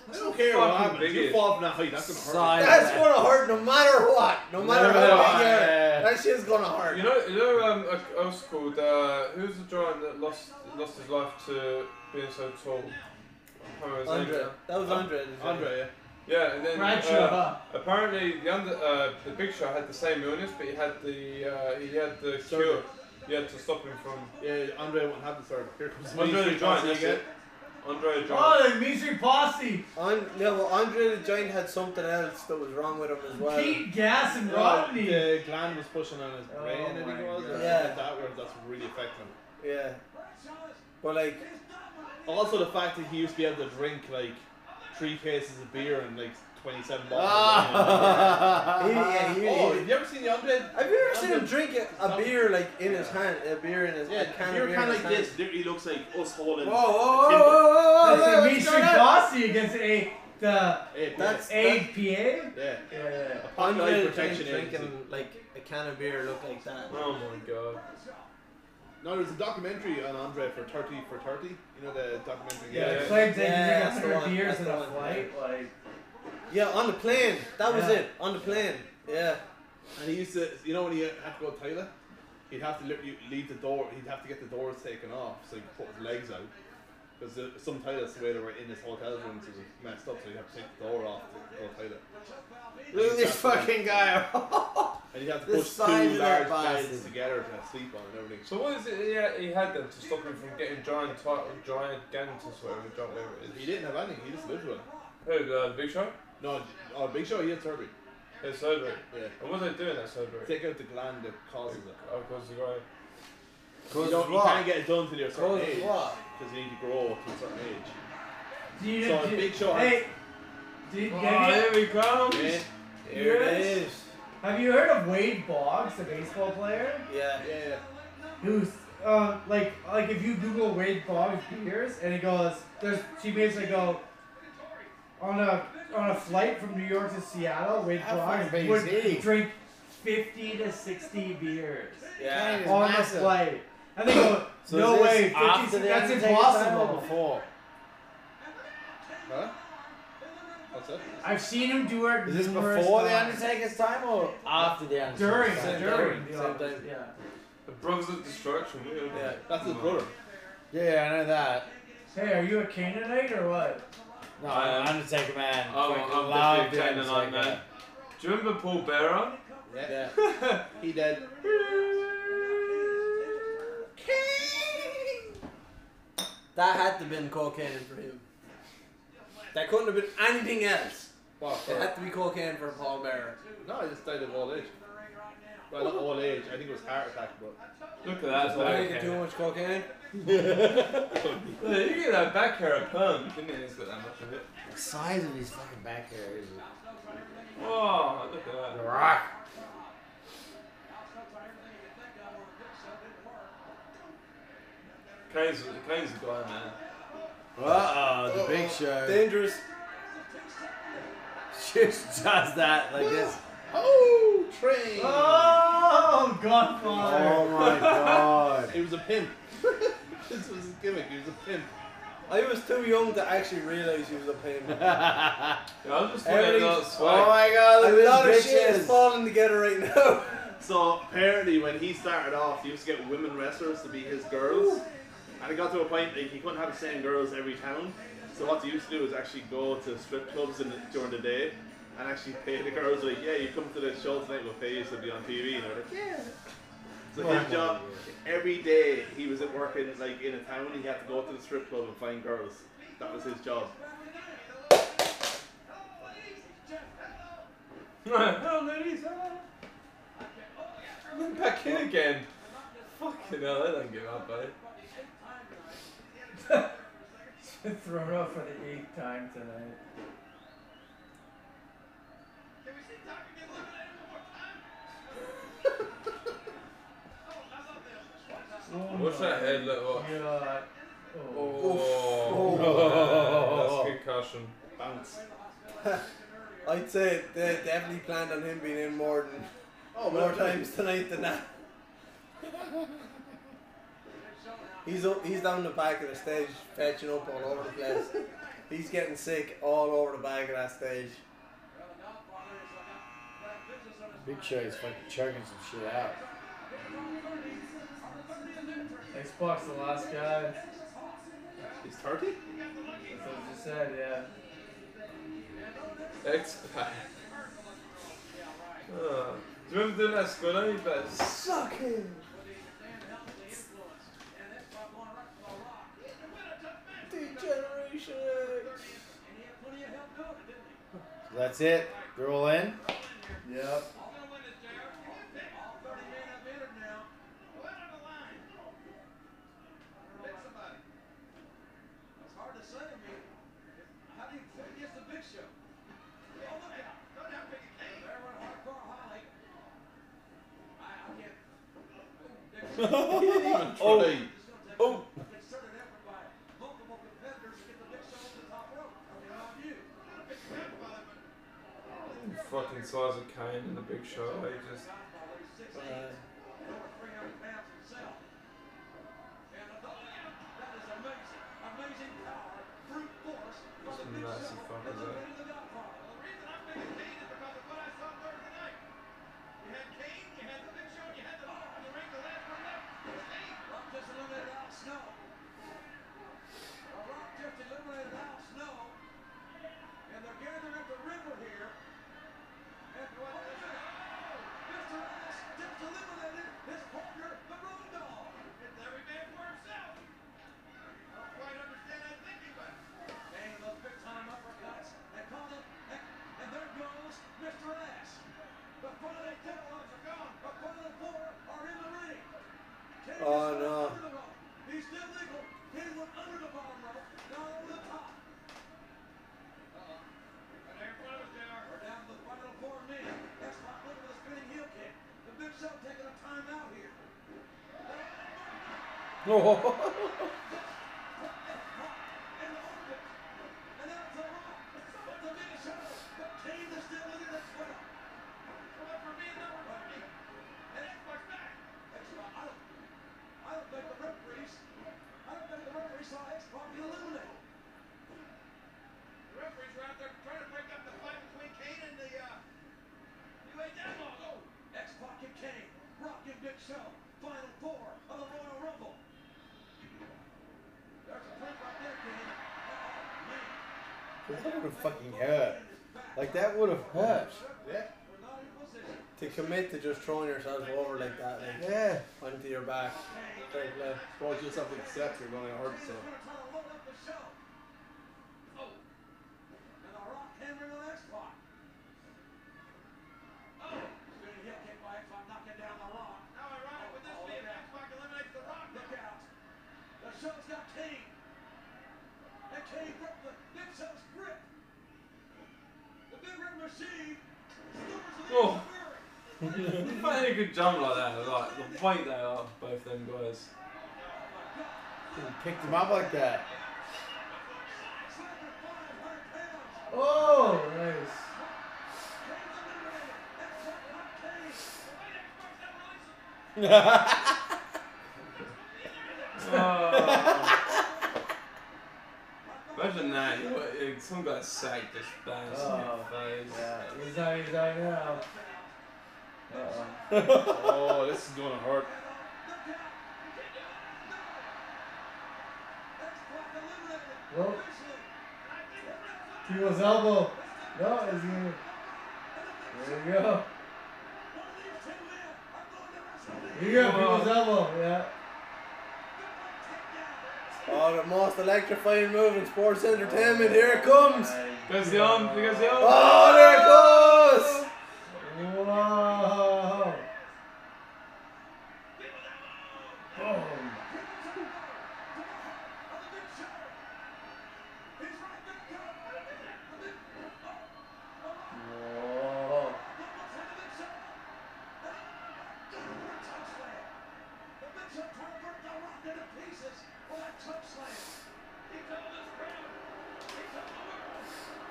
I don't care what
fucking
happens. You
bigot.
fall from that height, that's gonna hurt.
Side
That's
back.
gonna hurt no matter what. No matter
No
how
matter
big
what,
you
yeah.
are. That shit's gonna hurt.
You know, you know, um, I- I was called. Uh, who's the giant that lost lost his life to being so tall? I can't remember his name
Andre.
now.
That was Andre.
Andre, yeah.
Yeah, and then
Bradshaw,
uh,
huh?
apparently the under uh, the Big Show had the same illness, but he had the uh, he had the cure.
Surgery.
He had to stop him from
Yeah, Andre won't have the third. Here comes the
Andre the
Mean Street
Giant.
Posse
That's
again.
it. Andre the Giant.
Oh, the Mystery Posse.
On, no, well, Andre the Giant had something else that was wrong with him as well.
Pete Gas
uh,
and Rodney.
The gland was pushing on his
Oh
brain, I think
my
it was.
God.
Yeah.
Yeah. That word that's really affecting him.
Yeah. But like,
Also, the fact that he used to be able to drink like three cases of beer and like 27 bottles.
he, yeah,
of
he,
wine. oh,
he-
have you ever seen the Andre?
have you ever seen him
Andre-
drink a, a beer like in his hand? A beer in his
Yeah,
a can
you're
of beer
kind
in
of
his
like
hand.
this. There He looks like us holding.
Whoa, whoa, whoa, whoa, whoa, whoa,
That's
whoa,
the
Oh, what's
Mystery
going on?
Posse against a, the
Hey,
That's-
APA.
yeah.
Yeah.
Under
Andre the Giant
protection agency.
drinking like a can of beer looked like that.
Oh my god.
No, there's a documentary on Andre for 30 for 30. You know the documentary.
Yeah,
Yeah.
they claimed they
Yeah,
yeah,
that's the
drank 100
one,
beers
that's
in
the
a
one,
flight. Like,
Yeah, on the plane. That was
Yeah.
it. On the plane. Yeah.
And he used to, you know, when he had to go to the toilet, he'd have to literally leave the door. He'd have to get the doors taken off so he could put his legs out. Because some toilets, the way they were in his hotel rooms, was messed up, so he'd have to take the door off to go to the toilet.
Look at this fucking guy.
And he'd have to
The
push
size of
two
that
large beds
bastard.
together to have sleep on and everything.
So what is it? Yeah, he had them to stop him from getting giant title, giant gantus, whatever, giant whatever it
He didn't have anything, he just lived with it.
is. Who? Uh, the Big Show?
No, oh, Big Show, he had surgery.
Yeah, surgery.
Yeah.
And what are they doing that surgery?
Take out the gland that causes it.
Oh, because the guy.
You, don't, you can't get it done till you're a certain
Causes
age.
what?
Because you need to grow up to a certain age.
do you,
So,
do,
Big Sean.
Hey, do, you-
Oh,
have, you,
here we come.
Yeah.
Here it
Yes.
is.
have you heard of Wade Boggs, the baseball player?
Yeah.
Yeah.
Who's um like like if you Google Wade Boggs beers and it goes there's she basically go on a on a flight from New York to Seattle Wade
How
Boggs
fucking busy.
would drink fifty to sixty beers
Yeah.
It's
on the
massive.
flight and they go
So is
no
this
way 50,
after the
that's
Undertaker's time or
impossible
Before.
Huh? What's that?
I've seen him do it
Is this
numerous
before the
times.
Undertaker's time or after the
during
Undertaker's
during,
time?
during
time,
the
same
office,
time.
yeah
The Brothers of Destruction. Yeah.
Yeah.
That's his brother.
Yeah, I know that.
hey are you a Canaanite or what
No,
I am.
I'm an Undertaker man.
Oh,
Fucking
I'm
love
definitely
the
a Canaanite
Undertaker.
man. Do you remember Paul Bearer?
Yeah.
He dead.
That had to have been cocaine for him. That couldn't have been anything else.
Wow,
It
sorry.
had to be cocaine for Paul Bearer.
No, he just died of old age. Well, not old age. I think it was heart attack, but
Look at that
Why
back
did you do too
hair.
much cocaine?
Look, you get that back hair a perm, didn't it? It's got that much of it.
The size of his fucking back hair is
Oh, look at
the
that.
rock.
Kane's, Kane's the guy, man.
Uh oh, the big show.
Dangerous.
just does that like this.
oh, train.
oh Godfather
Oh my god.
He was a pimp. this was his gimmick. He was a pimp.
I was too young to actually realize he was a pain.
Yeah, I was just thinking about
Everything's-
Oh
swag.
my god,
a
look
lot of
at
shit is
this bitches.
falling together right now.
So apparently, when he started off, he used to get women wrestlers to be his girls, and it got to a point like he couldn't have the same girls every town. So what he used to do is actually go to strip clubs in the, during the day. And actually pay the girls like, yeah, you come to the show tonight, we'll pay you to be on TV. And they're like, yeah. So his job, every day he was at working like in a town, he had to go to the strip club and find girls. That was his job.
Hello, ladies.
uh,
Hello. I'm back in again. Fucking hell, they don't give up, eh? buddy.
thrown out for the eighth time tonight. Oh
What's
my
that head look like?
God. Oh.
Oh,
Oh.
that's concussion.
Bounce.
I'd say they definitely planned on him being in more than
Oh,
more times tonight than that. He's up, he's down the back of the stage fetching up all over the place. He's getting sick all over the back of that stage.
Big Show's fucking choking some shit out.
Xbox, the last guy.
He's 30?
That's what I just said, yeah.
X-Pac. Oh. Do you remember doing that squirrel? You better suck it.
Degeneration.
So that's it. They're all in.
Yep.
Oh,
Oh. Concerted effort by multiple competitors to get the big show to the top rope. Now you.
Fucking size of Kane in the big show. He just
Uh,
Over 300 pounds himself. And I thought, that is amazing. Amazing power, brute force. from
Just
the big
massive
show.
fuckers,
That's a
eh?
bit of the Godfather.
The reason I'm picking Kane is because of what I saw Thursday night. You had Kane, you had the Big Show, and you had the Rock in the ring. The last one left was Kane.
Rock just eliminated Al Snow. Well, Rock just eliminated Al Snow. And they're gathering at the river here. And what is it? Mr. Ass just eliminated his partner, the Road Dog.
It's every man for himself. I don't quite understand that thinking, but
And the big time uppercuts. They called it. And, and there goes Mr. Ass. The front of the tail are gone. The front of the floor are in the ring. Kane
Oh,
is
no.
under the rope. He's still legal. Kane went under the bottom rope. Now over the top.
but they're in front of us, JR.
We're down to the final four men. That's my look at the spinning heel kick. The big show taking a timeout here. And the orbit. And that's a rock. But the big show. But Kane is still in it as well.
Come up for me and number 20. And Xbox back.
That's why I don't, I don't think the referees, I don't think the referees saw X-Pac get eliminated.
The referees were out there trying to break up the fight between Kane and the, uh, UA Outlaws. Oh,
X-Pac and Kane. Rock and Big Show. Final four of the Royal Rumble. There's a print right there, Kane. Oh, man.
That would have fucking hurt. Like that would have hurt.
yeah.
We're not in position.
to commit to just throwing yourself over like that, like
Yeah.
onto your back, straight left.
Well, you just have to accept you're going to hurt
Kane is
yourself.
gonna try to load up the show.
oh,
And the Rock hammering on
oh.
X-Pac. Spinning heel kick by X-Pac, knocking down the Rock.
Now ironic with this being Xbox eliminates the Rock.
Look out. The show's got Kane. And Kane broke the Big Show's grip. The Big Red Machine. Slivers of the
Oh.
Fury.
But they could jump like that, like the point they are, both them guys.
Picked him up like that.
Slapping 500 pounds.
Oh, nice.
Kane's eliminated. X-Pac knocked Kane.
Oh.
Ah.
Imagine that, you know, like, some guy's sack just bangs
Ah.
Oh,
in your face.
Yeah, he's out, he's out now. Uh-oh.
oh, this is going to hurt.
X-Pac eliminated.
Well,
Officially.
he was elbow. No, he's gonna. There we go.
One of these two men are going to
Here
WrestleMania.
you go, people's elbow, yeah.
Oh, the most electrifying move in sports entertainment. Here it comes.
Goes the arm, there goes the arm.
Ah!
Oh, there it goes.
Wow.
Oh,
Boom. Whoa.
He told this crowd, he told the world,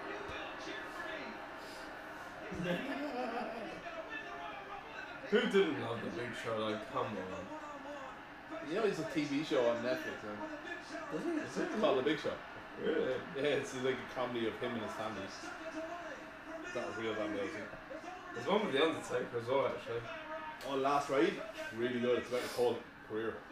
you will cheer for me.
Who didn't love the big show? Like, come on.
You know, it's a TV show on Netflix, man. It's called The Big Show.
Really?
Yeah, it's like a comedy of him and his family. It's not real that amazing.
There's one with The Undertaker as well, actually.
Oh, Last Ride? Really good. It's about his whole career.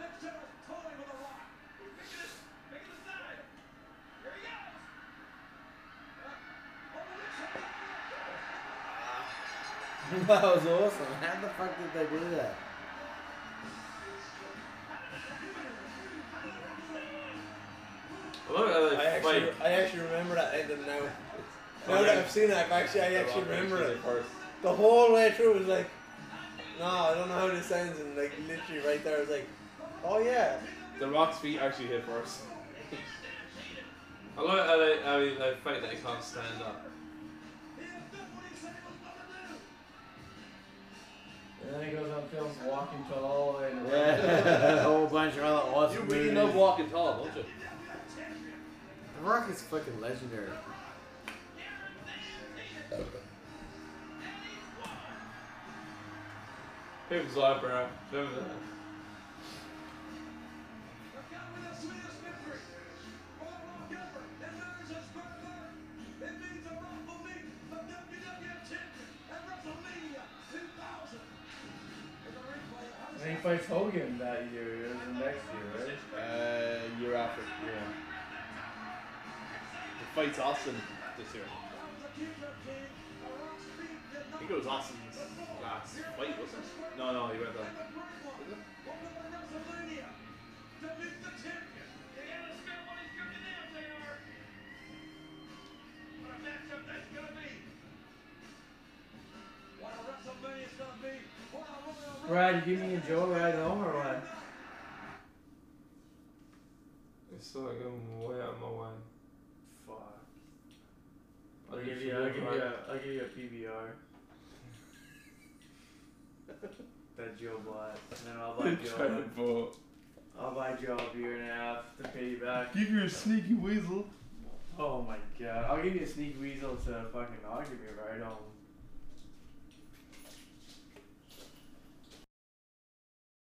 Uh,
That was awesome. How the fuck did they do that?
I love how they
I actually,
like,
I actually remember that ending now. Now that I've seen it, I've actually, I actually remember it.
First.
The whole way through was like, no, I don't know how this ends, and like literally right there, I was like, oh yeah.
The Rock's feet actually hit first.
I love how they, how they, they fake that they can't stand up.
And then he goes on films walking tall all the way in the
Yeah, a whole bunch of other
You
awesome
really
movies.
love walking tall, don't you?
The Rock is fucking legendary.
People's eyebrow. Remember that?
And then he fights Hogan that year, it was the next year, right?
Uh, year after. Yeah. The fight's Austin this year. I think it was Austin's last fight, wasn't it? No, no, he went down.
Brad, you giving me a Joe ride home or what?
It's like going way out of my way.
Fuck.
I
I'll
think
give
she
you, I'll
did
give you,
right.
a, I'll give you a PBR. that Joe bought, and then I'll buy Joe. I'll buy Joe a beer and a half to pay you back.
Give you a sneaky weasel.
Oh my god! I'll give you a sneak weasel to fucking. I'll give you a ride home.